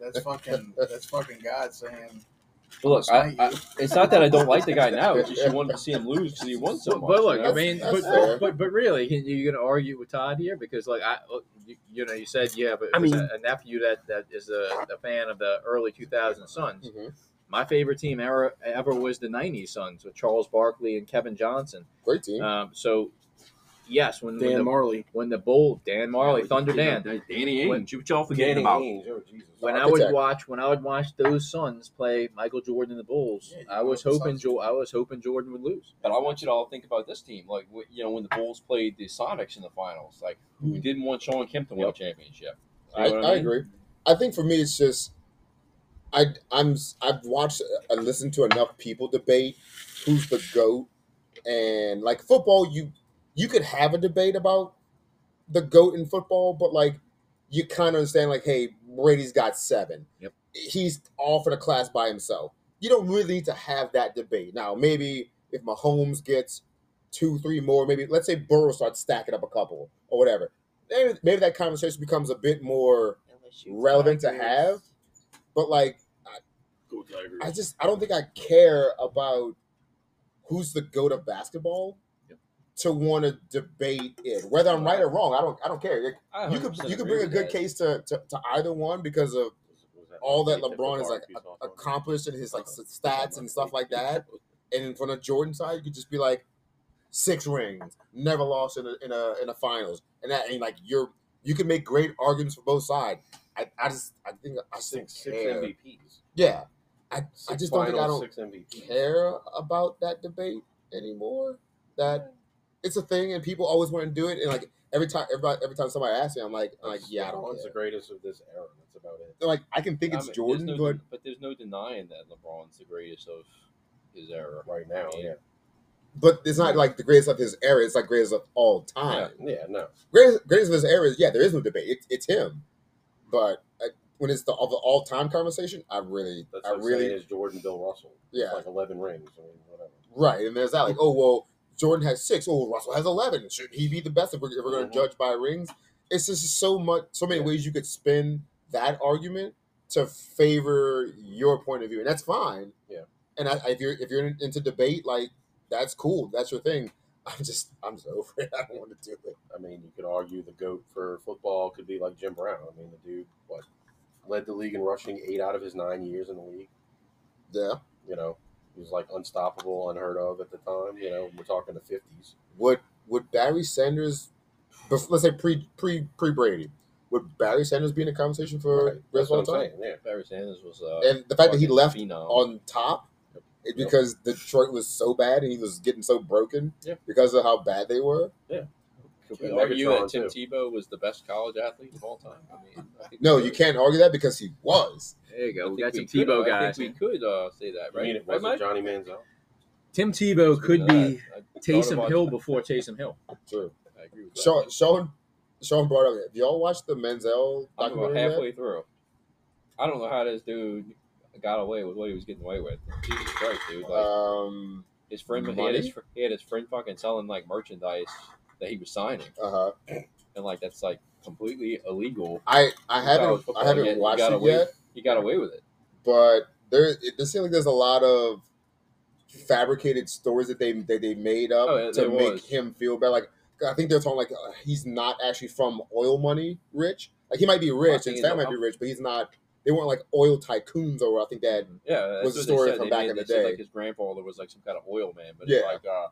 [SPEAKER 3] that's fucking. That's fucking God saying.
[SPEAKER 4] Oh,
[SPEAKER 1] But look, I,
[SPEAKER 3] "Smite
[SPEAKER 1] I,
[SPEAKER 3] you."
[SPEAKER 1] it's not that I don't like the guy now. It's just you wanted to see him lose because he won so
[SPEAKER 5] But,
[SPEAKER 1] much.
[SPEAKER 5] but look,
[SPEAKER 1] you
[SPEAKER 5] I
[SPEAKER 1] know?
[SPEAKER 5] mean,
[SPEAKER 4] That's-
[SPEAKER 5] but,
[SPEAKER 4] that's fair.
[SPEAKER 5] but, but really, can- you're going to argue with Todd here because, like, I, look, you, you know, you said you have a,
[SPEAKER 6] I mean-
[SPEAKER 5] a nephew that that is a, a fan of the early 2000 Suns.
[SPEAKER 4] Mhm.
[SPEAKER 5] My favorite team ever ever was the '90s Suns with Charles Barkley and Kevin Johnson.
[SPEAKER 4] Great team.
[SPEAKER 5] Um, so, yes, when, when
[SPEAKER 6] Dan
[SPEAKER 5] the
[SPEAKER 6] Marley.
[SPEAKER 5] when the bull Dan Marley, Thunder Dan.
[SPEAKER 6] Danny
[SPEAKER 5] When-
[SPEAKER 6] Ainge. What y'all forgetting
[SPEAKER 2] Danny
[SPEAKER 6] about?
[SPEAKER 2] Ainge, oh, Jesus.
[SPEAKER 5] When I
[SPEAKER 4] Architect.
[SPEAKER 5] would watch, when I would watch those sons play Michael Jordan and the Bulls,
[SPEAKER 3] Yeah, you
[SPEAKER 5] I was
[SPEAKER 3] know,
[SPEAKER 5] hoping
[SPEAKER 3] Suns.
[SPEAKER 5] jo- I was hoping Jordan would lose.
[SPEAKER 1] But I want you to all think about this team. Like, wh- you know, when the Bulls played the Sonics in the finals, like, who didn't want Sean Kemp to win a championship? You
[SPEAKER 4] Hmm. I,
[SPEAKER 1] know what
[SPEAKER 4] I agree. I think for me, it's just I I'm I've watched uh, and listened to enough people debate who's the goat, and like football, you you could have a debate about the goat in football, but like you kind of understand, like, hey, Brady's got seven.
[SPEAKER 1] Yep.
[SPEAKER 4] He's all for the class by himself. You don't really need to have that debate. Now, maybe if Mahomes gets two, three more, maybe let's say Burrow starts stacking up a couple or whatever. Maybe, maybe that conversation becomes a bit more relevant to have, but like
[SPEAKER 2] Go Tigers.
[SPEAKER 4] I just I don't think I care about who's the goat of basketball
[SPEAKER 1] Yep.
[SPEAKER 4] to want to debate it. Whether I'm right or wrong, I don't I don't care. Like, you could you could bring a good case to, to, to either one because of
[SPEAKER 2] Was that
[SPEAKER 4] all that
[SPEAKER 2] the
[SPEAKER 4] LeBron is like
[SPEAKER 2] barbecue sauce on there?
[SPEAKER 4] accomplished and his like s- stats and stuff like that. And then from the Jordan side, you could just be like six rings, never lost in a in a in a finals, and that and like you're you can make great arguments for both sides. I, I just I think I just don't
[SPEAKER 2] Six, six
[SPEAKER 4] care.
[SPEAKER 2] MVPs.
[SPEAKER 4] Yeah, I I
[SPEAKER 2] Six
[SPEAKER 4] just don't think I
[SPEAKER 2] finals,
[SPEAKER 4] don't
[SPEAKER 2] six MVPs.
[SPEAKER 4] care about that debate anymore. That it's a thing, and people always want to do it. And like every time, everybody, every time somebody asks me, I'm like, I'm like,
[SPEAKER 2] That's-
[SPEAKER 4] yeah, I don't
[SPEAKER 2] LeBron's the
[SPEAKER 4] care.
[SPEAKER 2] greatest of this era. That's about it.
[SPEAKER 4] Like I can think it's Jordan,
[SPEAKER 1] no,
[SPEAKER 4] but
[SPEAKER 1] but there's no denying that LeBron's the greatest of his era.
[SPEAKER 2] Right now,
[SPEAKER 1] I mean,
[SPEAKER 2] yeah,
[SPEAKER 4] but it's not like the greatest of his era. It's like greatest of all
[SPEAKER 2] yeah,
[SPEAKER 4] time.
[SPEAKER 2] yeah, no,
[SPEAKER 4] Greatest, greatest of his era is yeah. There is no debate. It, it's him. But I, when it's the, of the all time conversation, I really,
[SPEAKER 2] that's
[SPEAKER 4] I
[SPEAKER 2] what really
[SPEAKER 4] really,
[SPEAKER 2] is Jordan, Bill Russell.
[SPEAKER 4] yeah.
[SPEAKER 2] It's like eleven rings. I mean, whatever.
[SPEAKER 4] Right, and there's that like, oh well, Jordan has six. Oh, Russell has eleven. Should he be the best if we're, if we're going
[SPEAKER 2] Mhm.
[SPEAKER 4] to judge by rings? It's just so much, so many
[SPEAKER 2] Yeah.
[SPEAKER 4] ways you could spin that argument to favor your point of view, and that's fine.
[SPEAKER 2] Yeah.
[SPEAKER 4] And I, if you're if you're in- into debate, like that's cool, that's your thing. I'm just I'm just over it. I don't want to do it.
[SPEAKER 2] I mean, you could argue the goat for football could be like Jim Brown. I mean, the dude what led the league in rushing eight out of his nine years in the league.
[SPEAKER 4] Yeah.
[SPEAKER 2] You know, he was like unstoppable, unheard of at the time. You know, we're talking the fifties.
[SPEAKER 4] Would would Barry Sanders, bef- let's say pre pre pre Brady, would Barry Sanders be in a conversation for
[SPEAKER 2] That's
[SPEAKER 4] rest
[SPEAKER 2] what
[SPEAKER 4] of
[SPEAKER 2] I'm
[SPEAKER 4] time?
[SPEAKER 2] saying. Yeah,
[SPEAKER 1] Barry Sanders was uh,
[SPEAKER 4] And the fact that he
[SPEAKER 1] fucking
[SPEAKER 4] left
[SPEAKER 1] phenom.
[SPEAKER 4] on top it-
[SPEAKER 2] Yep.
[SPEAKER 4] because Detroit was so bad and he was getting so broken
[SPEAKER 2] Yeah.
[SPEAKER 4] because of how bad they were.
[SPEAKER 1] Could
[SPEAKER 2] Yeah,
[SPEAKER 1] we argue that
[SPEAKER 2] Megatron,
[SPEAKER 1] Tim Tebow was the best college athlete of all time? I mean, I think
[SPEAKER 4] No,
[SPEAKER 1] we
[SPEAKER 4] you
[SPEAKER 1] could.
[SPEAKER 4] can't argue that because he was.
[SPEAKER 5] There you
[SPEAKER 1] I
[SPEAKER 5] go. We
[SPEAKER 1] think
[SPEAKER 5] got some
[SPEAKER 1] could.
[SPEAKER 5] Tebow
[SPEAKER 1] I
[SPEAKER 5] guys.
[SPEAKER 1] think we could uh, say that,
[SPEAKER 2] I
[SPEAKER 1] right?
[SPEAKER 2] mean, it
[SPEAKER 1] Right,
[SPEAKER 2] wasn't
[SPEAKER 1] Mike?
[SPEAKER 2] Johnny Manziel.
[SPEAKER 5] Tim Tebow could be
[SPEAKER 1] I- I uh, thought
[SPEAKER 5] Taysom
[SPEAKER 1] about-
[SPEAKER 5] Hill before Taysom Hill.
[SPEAKER 4] True.
[SPEAKER 1] I agree with
[SPEAKER 4] Sean,
[SPEAKER 1] that.
[SPEAKER 4] Sean, Sean brought up. Have y'all watched the Menzel
[SPEAKER 1] I'm about
[SPEAKER 4] documentary? yet?
[SPEAKER 1] halfway through. I don't know how this dude got away with what he was getting away with. Jesus Christ, dude! Like
[SPEAKER 4] Um.
[SPEAKER 1] his friend, he had
[SPEAKER 4] money?
[SPEAKER 1] his, fr- he had his friend fucking selling like merchandise that he was signing,
[SPEAKER 4] Uh huh.
[SPEAKER 1] and like that's like completely illegal.
[SPEAKER 4] I I
[SPEAKER 1] College
[SPEAKER 4] haven't
[SPEAKER 1] football
[SPEAKER 4] I haven't
[SPEAKER 1] yet, you
[SPEAKER 4] watched
[SPEAKER 1] gotta
[SPEAKER 4] it
[SPEAKER 1] wait.
[SPEAKER 4] yet,
[SPEAKER 1] He got away with it.
[SPEAKER 4] but there it does seem like there's a lot of fabricated stories that they that they made up
[SPEAKER 1] Oh, yeah,
[SPEAKER 4] to
[SPEAKER 1] there
[SPEAKER 4] make
[SPEAKER 1] was.
[SPEAKER 4] him feel bad. Like I think they're talking like uh, he's not actually from oil money rich. Like he might be rich,
[SPEAKER 1] think
[SPEAKER 4] and his
[SPEAKER 1] he's
[SPEAKER 4] family
[SPEAKER 1] a-
[SPEAKER 4] might be rich, but he's not. They weren't like oil tycoons, or I think that
[SPEAKER 1] Yeah, that's
[SPEAKER 4] Was the
[SPEAKER 1] what they
[SPEAKER 4] story
[SPEAKER 1] said.
[SPEAKER 4] from
[SPEAKER 1] They
[SPEAKER 4] back
[SPEAKER 1] made-
[SPEAKER 4] in the
[SPEAKER 1] they said,
[SPEAKER 4] day.
[SPEAKER 1] Like his grandfather was like some kind of oil man, but
[SPEAKER 4] Yeah.
[SPEAKER 1] it's like uh,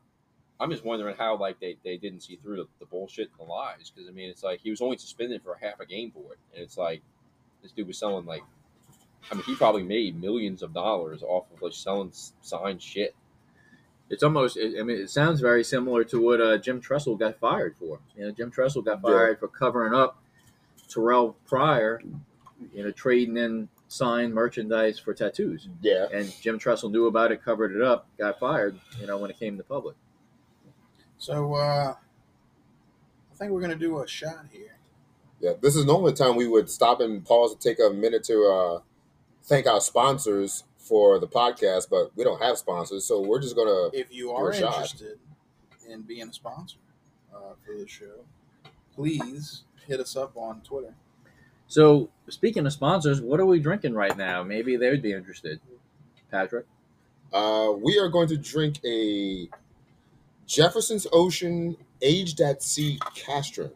[SPEAKER 1] I'm just wondering how like they, they didn't see through the, the bullshit and the lies because I mean it's like he was only suspended for half a game for it, and it's like this dude was selling like I mean he probably made millions of dollars off of like selling s- signed shit.
[SPEAKER 5] It's almost. I I mean, it sounds very similar to what uh, Jim Tressel got fired for. You know, Jim Tressel got
[SPEAKER 4] Yeah.
[SPEAKER 5] fired for covering up Terrell Pryor. You know, trading in signed merchandise for tattoos,
[SPEAKER 1] Mm-hmm.
[SPEAKER 4] yeah.
[SPEAKER 5] and Jim Tressel knew about it, covered it up, got fired. You know, when it came to public.
[SPEAKER 3] So uh, I think we're gonna do a shot here.
[SPEAKER 4] Yeah, this is normally the time we would stop and pause to take a minute to uh, thank our sponsors for the podcast, but we don't have sponsors, so we're just gonna.
[SPEAKER 3] If you
[SPEAKER 4] Do
[SPEAKER 3] are
[SPEAKER 4] a shot.
[SPEAKER 3] interested in being a sponsor uh, for the show, please hit us up on Twitter.
[SPEAKER 5] So, speaking of sponsors, what are we drinking right now? Maybe they would be interested. Patrick,
[SPEAKER 4] Uh, we are going to drink a Jefferson's Ocean Aged at Sea Cask Strength,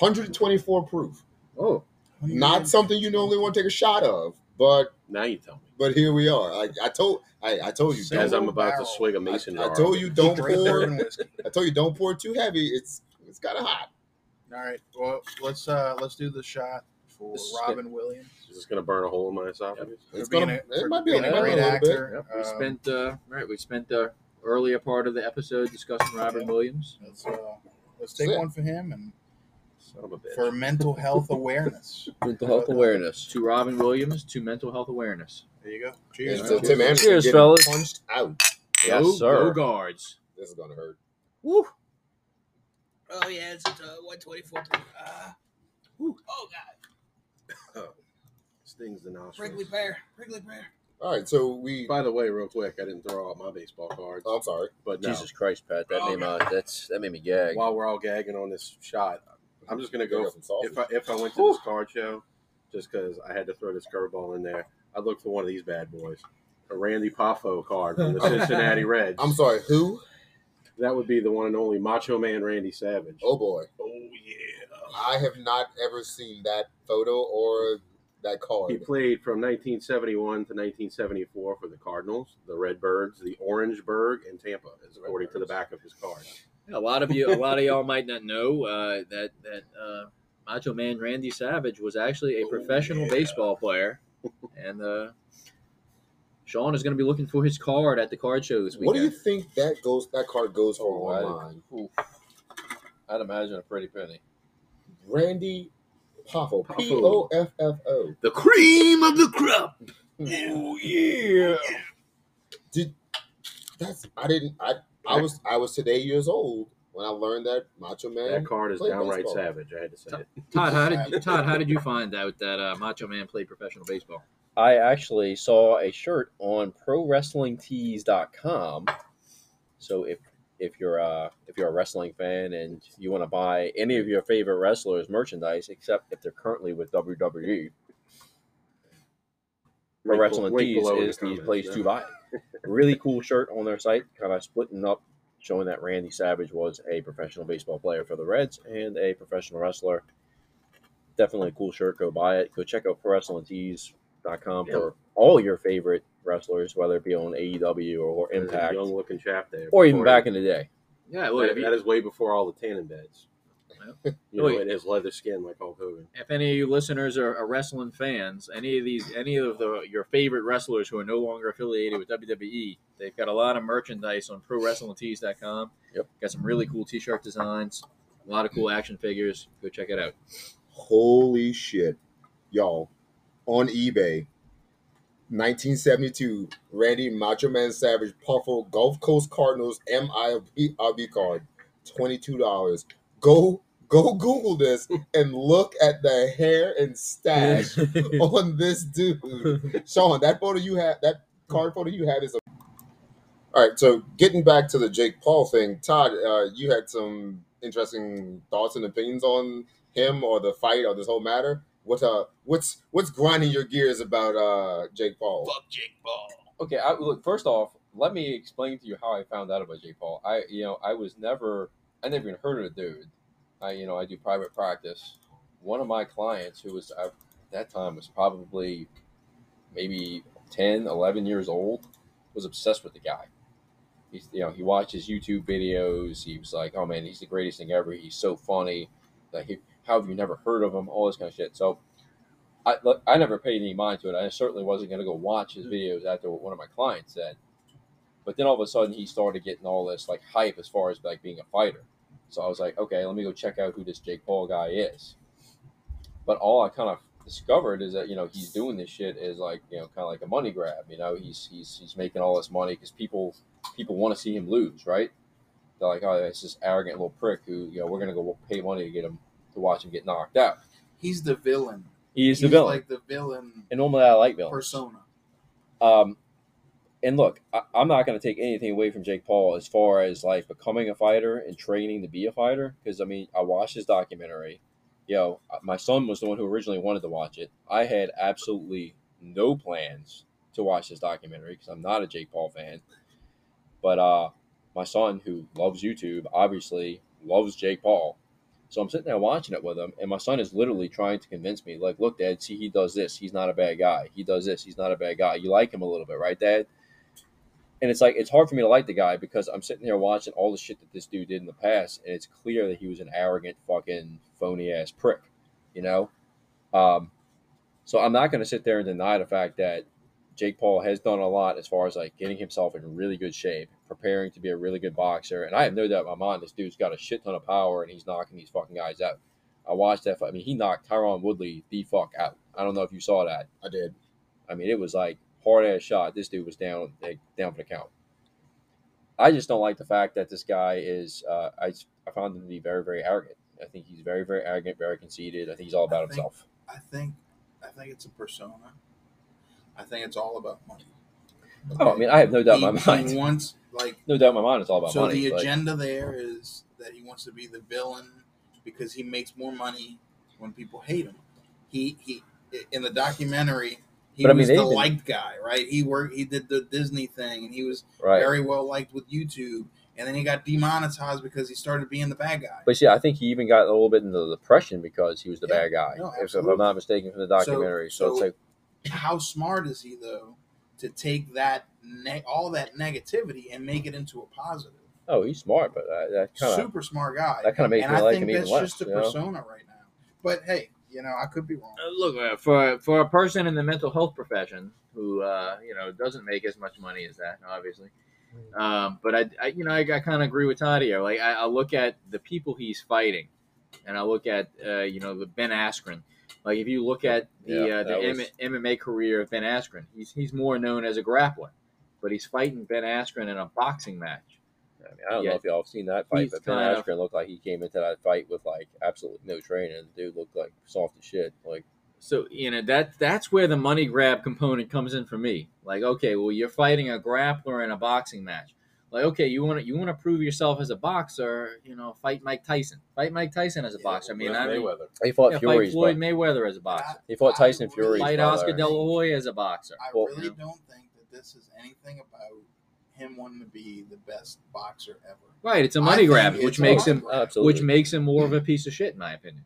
[SPEAKER 4] 124 proof.
[SPEAKER 5] oh,
[SPEAKER 4] Not something you normally want to take a shot of, but
[SPEAKER 2] Now you tell me.
[SPEAKER 4] but here we are. Like I told, I, I told you,
[SPEAKER 3] Single
[SPEAKER 2] As
[SPEAKER 4] don't,
[SPEAKER 2] I'm about to
[SPEAKER 3] barrel.
[SPEAKER 2] swig a mason
[SPEAKER 4] I,
[SPEAKER 2] jar.
[SPEAKER 4] I told you don't
[SPEAKER 3] Drink beer
[SPEAKER 4] pour.
[SPEAKER 3] and whiskey.
[SPEAKER 4] I told you don't pour too heavy. It's it's kind of hot.
[SPEAKER 3] All right. Well, let's uh let's do the shot for
[SPEAKER 1] This is
[SPEAKER 3] Robin Williams.
[SPEAKER 2] Is this gonna burn a hole in my esophagus?
[SPEAKER 3] For
[SPEAKER 4] It's
[SPEAKER 3] being
[SPEAKER 4] gonna.
[SPEAKER 3] a- for
[SPEAKER 4] it might be a,
[SPEAKER 3] being
[SPEAKER 4] might
[SPEAKER 3] a
[SPEAKER 4] be a
[SPEAKER 3] great
[SPEAKER 4] little bit.
[SPEAKER 3] actor.
[SPEAKER 5] we
[SPEAKER 3] um,
[SPEAKER 5] spent uh, right. We spent the earlier part of the episode discussing Robin
[SPEAKER 3] Yeah.
[SPEAKER 5] Williams.
[SPEAKER 3] Let's, uh, let's take
[SPEAKER 4] Sit.
[SPEAKER 3] one for him and
[SPEAKER 2] Son of a bitch.
[SPEAKER 3] for mental health awareness.
[SPEAKER 1] Mental
[SPEAKER 3] health
[SPEAKER 1] awareness.
[SPEAKER 5] To Robin Williams, to mental health awareness.
[SPEAKER 3] There you go.
[SPEAKER 4] It's
[SPEAKER 3] Cheers.
[SPEAKER 4] still Tim Anderson
[SPEAKER 5] Cheers,
[SPEAKER 4] getting
[SPEAKER 5] fellas.
[SPEAKER 4] punched out.
[SPEAKER 1] Yes,
[SPEAKER 5] go,
[SPEAKER 1] sir.
[SPEAKER 5] Go guards.
[SPEAKER 4] This is gonna hurt.
[SPEAKER 5] Woo.
[SPEAKER 3] Oh yeah, it's at uh, one twenty four. Uh, whew, oh god,
[SPEAKER 2] Stings the nostrils.
[SPEAKER 3] Wrigley Bear, Wrigley Bear.
[SPEAKER 4] All right, so we.
[SPEAKER 2] By the way, real quick, I didn't throw out my baseball cards,
[SPEAKER 4] Oh, I'm sorry.
[SPEAKER 2] but no.
[SPEAKER 1] Jesus Christ, Pat, that
[SPEAKER 3] Oh,
[SPEAKER 1] made my that's that made me gag.
[SPEAKER 2] While we're all gagging on this shot, I'm just gonna go.
[SPEAKER 4] Got some sausage.
[SPEAKER 2] If I if I went to this card show, just because I had to throw this curveball in there, I'd look for one of these bad boys, a Randy Poffo card from the Cincinnati Reds.
[SPEAKER 4] I'm sorry. Who?
[SPEAKER 2] that would be the one and only Macho Man Randy Savage.
[SPEAKER 4] Oh boy,
[SPEAKER 2] Oh, yeah.
[SPEAKER 4] I have not ever seen that photo or that
[SPEAKER 2] He
[SPEAKER 4] card.
[SPEAKER 2] played from 1971 to 1974 for the Cardinals, the Redbirds, the Orangeburg, and Tampa, is according to the back of his card.
[SPEAKER 5] Yeah, a lot of you, a lot of y'all might not know uh, that that uh, Macho Man Randy Savage was actually a
[SPEAKER 2] Oh,
[SPEAKER 5] professional
[SPEAKER 2] yeah.
[SPEAKER 5] baseball player, and uh, Sean is going to be looking for his card at the card show this
[SPEAKER 4] What do you
[SPEAKER 5] weekend.
[SPEAKER 4] think that goes? That card goes
[SPEAKER 1] Oh,
[SPEAKER 4] for
[SPEAKER 1] I-
[SPEAKER 4] online.
[SPEAKER 1] I'd imagine a pretty penny.
[SPEAKER 4] Randy Poffo.
[SPEAKER 2] Poffo.
[SPEAKER 4] P O F F O.
[SPEAKER 5] the cream of the crop.
[SPEAKER 3] Oh yeah.
[SPEAKER 4] That's I didn't. I I was I was today years old when I learned that Macho Man.
[SPEAKER 2] That card is
[SPEAKER 4] played
[SPEAKER 2] downright
[SPEAKER 4] baseball.
[SPEAKER 2] savage. I had to say it.
[SPEAKER 5] Todd, how did Todd? How did you find out that uh, Macho Man played professional baseball?
[SPEAKER 1] I actually saw a shirt on ProWrestlingTees.com. So if if you're uh if you're a wrestling fan and you want to buy any of your favorite wrestlers merchandise, except if they're currently with E, WWE, Pro
[SPEAKER 2] Link-
[SPEAKER 1] Wrestling
[SPEAKER 2] link
[SPEAKER 1] Tees
[SPEAKER 2] below in
[SPEAKER 1] is the,
[SPEAKER 2] comments,
[SPEAKER 1] place
[SPEAKER 2] yeah.
[SPEAKER 1] to buy. it. really cool shirt on their site, kind of splitting up, showing that Randy Savage was a professional baseball player for the Reds and a professional wrestler. Definitely a cool shirt. Go buy it. Go check out ProWrestlingTees.com for all your favorite wrestlers, whether it be on AEW or,
[SPEAKER 2] There's a
[SPEAKER 1] Impact
[SPEAKER 2] young looking chap there.
[SPEAKER 1] or even
[SPEAKER 2] Before-
[SPEAKER 1] back in the day.
[SPEAKER 5] Yeah,
[SPEAKER 2] that-
[SPEAKER 5] look, if, Oh, you-
[SPEAKER 2] that is way before all the tanning beds.
[SPEAKER 5] Well,
[SPEAKER 2] You know,
[SPEAKER 5] wait.
[SPEAKER 2] it has leather skin like Hulk Hogan.
[SPEAKER 5] if any of you listeners are, are wrestling fans, any of these, any of the your favorite wrestlers who are no longer affiliated with WWE, they've got a lot of merchandise on ProWrestlingTees.com.
[SPEAKER 1] Yep.
[SPEAKER 5] Got some really cool T-shirt designs, a lot of cool action figures. Go check it out.
[SPEAKER 4] Holy shit, y'all! On eBay, 1972 Randy Macho Man Savage Puffle Gulf Coast Cardinals MILB card, twenty-two dollars. Go go Google this and look at the hair and stash on this dude. Sean, that photo you have, that card photo you had is a. All right, so getting back to the Jake Paul thing, Todd, uh, you had some interesting thoughts and opinions on him or the fight or this whole matter. What uh, what's what's grinding your gears about uh Jake Paul?
[SPEAKER 3] Fuck Jake Paul.
[SPEAKER 1] okay, I, look. First off, let me explain to you how I found out about Jake Paul. I, you know, I was never, I never even heard of the dude. I, you know, I do private practice. One of my clients, who was at that time was probably maybe 10, 11 years old, was obsessed with the guy. He's, you know, he watched his YouTube videos. He was like, "Oh man, he's the greatest thing ever. He's so funny. Like, he, how have you never heard of him? All this kind of shit." So, I look, I never paid any mind to it. I certainly wasn't going to go watch his videos after what one of my clients said. But then all of a sudden, he started getting all this like hype as far as like being a fighter. So I was like, okay, let me go check out who this Jake Paul guy is. But all I kind of discovered is that you know he's doing this shit is like you know kind of like a money grab. You know, he's he's he's making all this money because people people want to see him lose, right? They're like, oh, it's this arrogant little prick who you know we're going to go pay money to get him to watch him get knocked out.
[SPEAKER 3] He's the villain.
[SPEAKER 1] He's, the villain,
[SPEAKER 3] Like the villain
[SPEAKER 1] and normally I like villains.
[SPEAKER 3] persona.
[SPEAKER 1] Um, and look, I, I'm not going to take anything away from Jake Paul as far as like becoming a fighter and training to be a fighter. Because I mean, I watched his documentary. You know, uh, my son was the one who originally wanted to watch it. I had absolutely no plans to watch this documentary because I'm not a Jake Paul fan. But uh, my son, who loves YouTube, obviously loves Jake Paul. So I'm sitting there watching it with him, and my son is literally trying to convince me, like, look, Dad, see, he does this. He's not a bad guy. He does this. He's not a bad guy. You like him a little bit, right, Dad? And it's like, it's hard for me to like the guy because I'm sitting here watching all the shit that this dude did in the past, and it's clear that he was an arrogant, fucking, phony ass prick, you know? Um, so I'm not going to sit there and deny the fact that Jake Paul has done a lot as far as like getting himself in really good shape, preparing to be a really good boxer. And I have no doubt in my mind this dude's got a shit ton of power and he's knocking these fucking guys out. I watched that fight. I mean, he knocked Tyron Woodley the fuck out. I don't know if you saw that.
[SPEAKER 4] I did.
[SPEAKER 1] I mean, it was like hard ass shot. This dude was down like, down for the count. I just don't like the fact that this guy is. Uh, I I found him to be very very arrogant. I think he's very very arrogant, very conceited. I think he's all about
[SPEAKER 3] I think-
[SPEAKER 1] himself.
[SPEAKER 3] I think I think it's a persona. I think it's all about money.
[SPEAKER 1] Oh, I mean, I have no doubt in
[SPEAKER 3] he,
[SPEAKER 1] my mind.
[SPEAKER 3] He wants like
[SPEAKER 1] No doubt in my mind, it's all about
[SPEAKER 3] so
[SPEAKER 1] money.
[SPEAKER 3] the
[SPEAKER 1] like-
[SPEAKER 3] agenda there is that he wants to be the villain because he makes more money when people hate him. He he in the documentary he
[SPEAKER 1] But I mean,
[SPEAKER 3] was
[SPEAKER 1] they
[SPEAKER 3] the
[SPEAKER 1] even-
[SPEAKER 3] liked guy, right? He worked he did the Disney thing and he was
[SPEAKER 1] right.
[SPEAKER 3] very well liked with YouTube and then he got demonetized because he started being the bad guy.
[SPEAKER 1] But see, I think he even got a little bit into the depression because he was the
[SPEAKER 3] Yeah,
[SPEAKER 1] bad guy,
[SPEAKER 3] no,
[SPEAKER 1] if, if I'm
[SPEAKER 3] absolutely.
[SPEAKER 1] not mistaken, from the documentary. So,
[SPEAKER 3] so-
[SPEAKER 1] it's like,
[SPEAKER 3] how smart is he though to take that ne- all that negativity and make it into a positive?
[SPEAKER 1] oh, he's smart, but uh, that kind of
[SPEAKER 3] Super smart guy,
[SPEAKER 1] that kind of makes
[SPEAKER 3] and
[SPEAKER 1] me
[SPEAKER 3] I
[SPEAKER 1] like
[SPEAKER 3] think
[SPEAKER 1] him
[SPEAKER 3] that's
[SPEAKER 1] even less.
[SPEAKER 3] just a
[SPEAKER 1] you know?
[SPEAKER 3] persona right now. But hey, you know I could be wrong.
[SPEAKER 5] Uh, look uh, for for a person in the mental health profession who uh, you know doesn't make as much money as that, obviously.
[SPEAKER 1] Mm.
[SPEAKER 5] Um, but I, I, you know, I, I kind of agree with Tadio. Like I, I look at the people he's fighting, and I look at uh, you know the Ben Askren. Like if you look at the
[SPEAKER 1] Yeah,
[SPEAKER 5] uh, the
[SPEAKER 1] that was-
[SPEAKER 5] M- MMA career of Ben Askren, he's he's more known as a grappler, but he's fighting Ben Askren in a boxing match.
[SPEAKER 1] I, mean, I don't
[SPEAKER 5] Yeah.
[SPEAKER 1] know if y'all have seen that fight,
[SPEAKER 5] He's
[SPEAKER 1] but Ben
[SPEAKER 5] kind of-
[SPEAKER 1] Askren looked like he came into that fight with like absolutely no training. The dude looked like soft as shit. Like,
[SPEAKER 5] So you know that that's where the money grab component comes in for me. Like, okay, well, you're fighting a grappler in a boxing match. Like, okay, you want to you want to prove yourself as a boxer. You know, fight Mike Tyson. Fight Mike Tyson as a boxer. I mean, I mean,
[SPEAKER 2] Mayweather.
[SPEAKER 1] he fought
[SPEAKER 5] yeah, fight
[SPEAKER 1] Fury's
[SPEAKER 5] Floyd
[SPEAKER 1] brother.
[SPEAKER 5] Mayweather as a boxer.
[SPEAKER 1] He fought Tyson
[SPEAKER 3] I
[SPEAKER 1] Fury.
[SPEAKER 3] really-
[SPEAKER 5] Fight
[SPEAKER 1] brother.
[SPEAKER 5] Oscar De La Hoya as a boxer.
[SPEAKER 3] I
[SPEAKER 1] Well,
[SPEAKER 3] really
[SPEAKER 5] you know.
[SPEAKER 3] don't think that this is anything about him wanting to be the best boxer ever.
[SPEAKER 5] Right, it's a
[SPEAKER 3] I
[SPEAKER 5] money
[SPEAKER 3] think
[SPEAKER 5] grab,
[SPEAKER 3] it's
[SPEAKER 5] which
[SPEAKER 3] a
[SPEAKER 5] makes
[SPEAKER 3] money
[SPEAKER 5] him
[SPEAKER 3] grab.
[SPEAKER 1] Absolutely.
[SPEAKER 5] which makes him more of a piece of shit, in my opinion.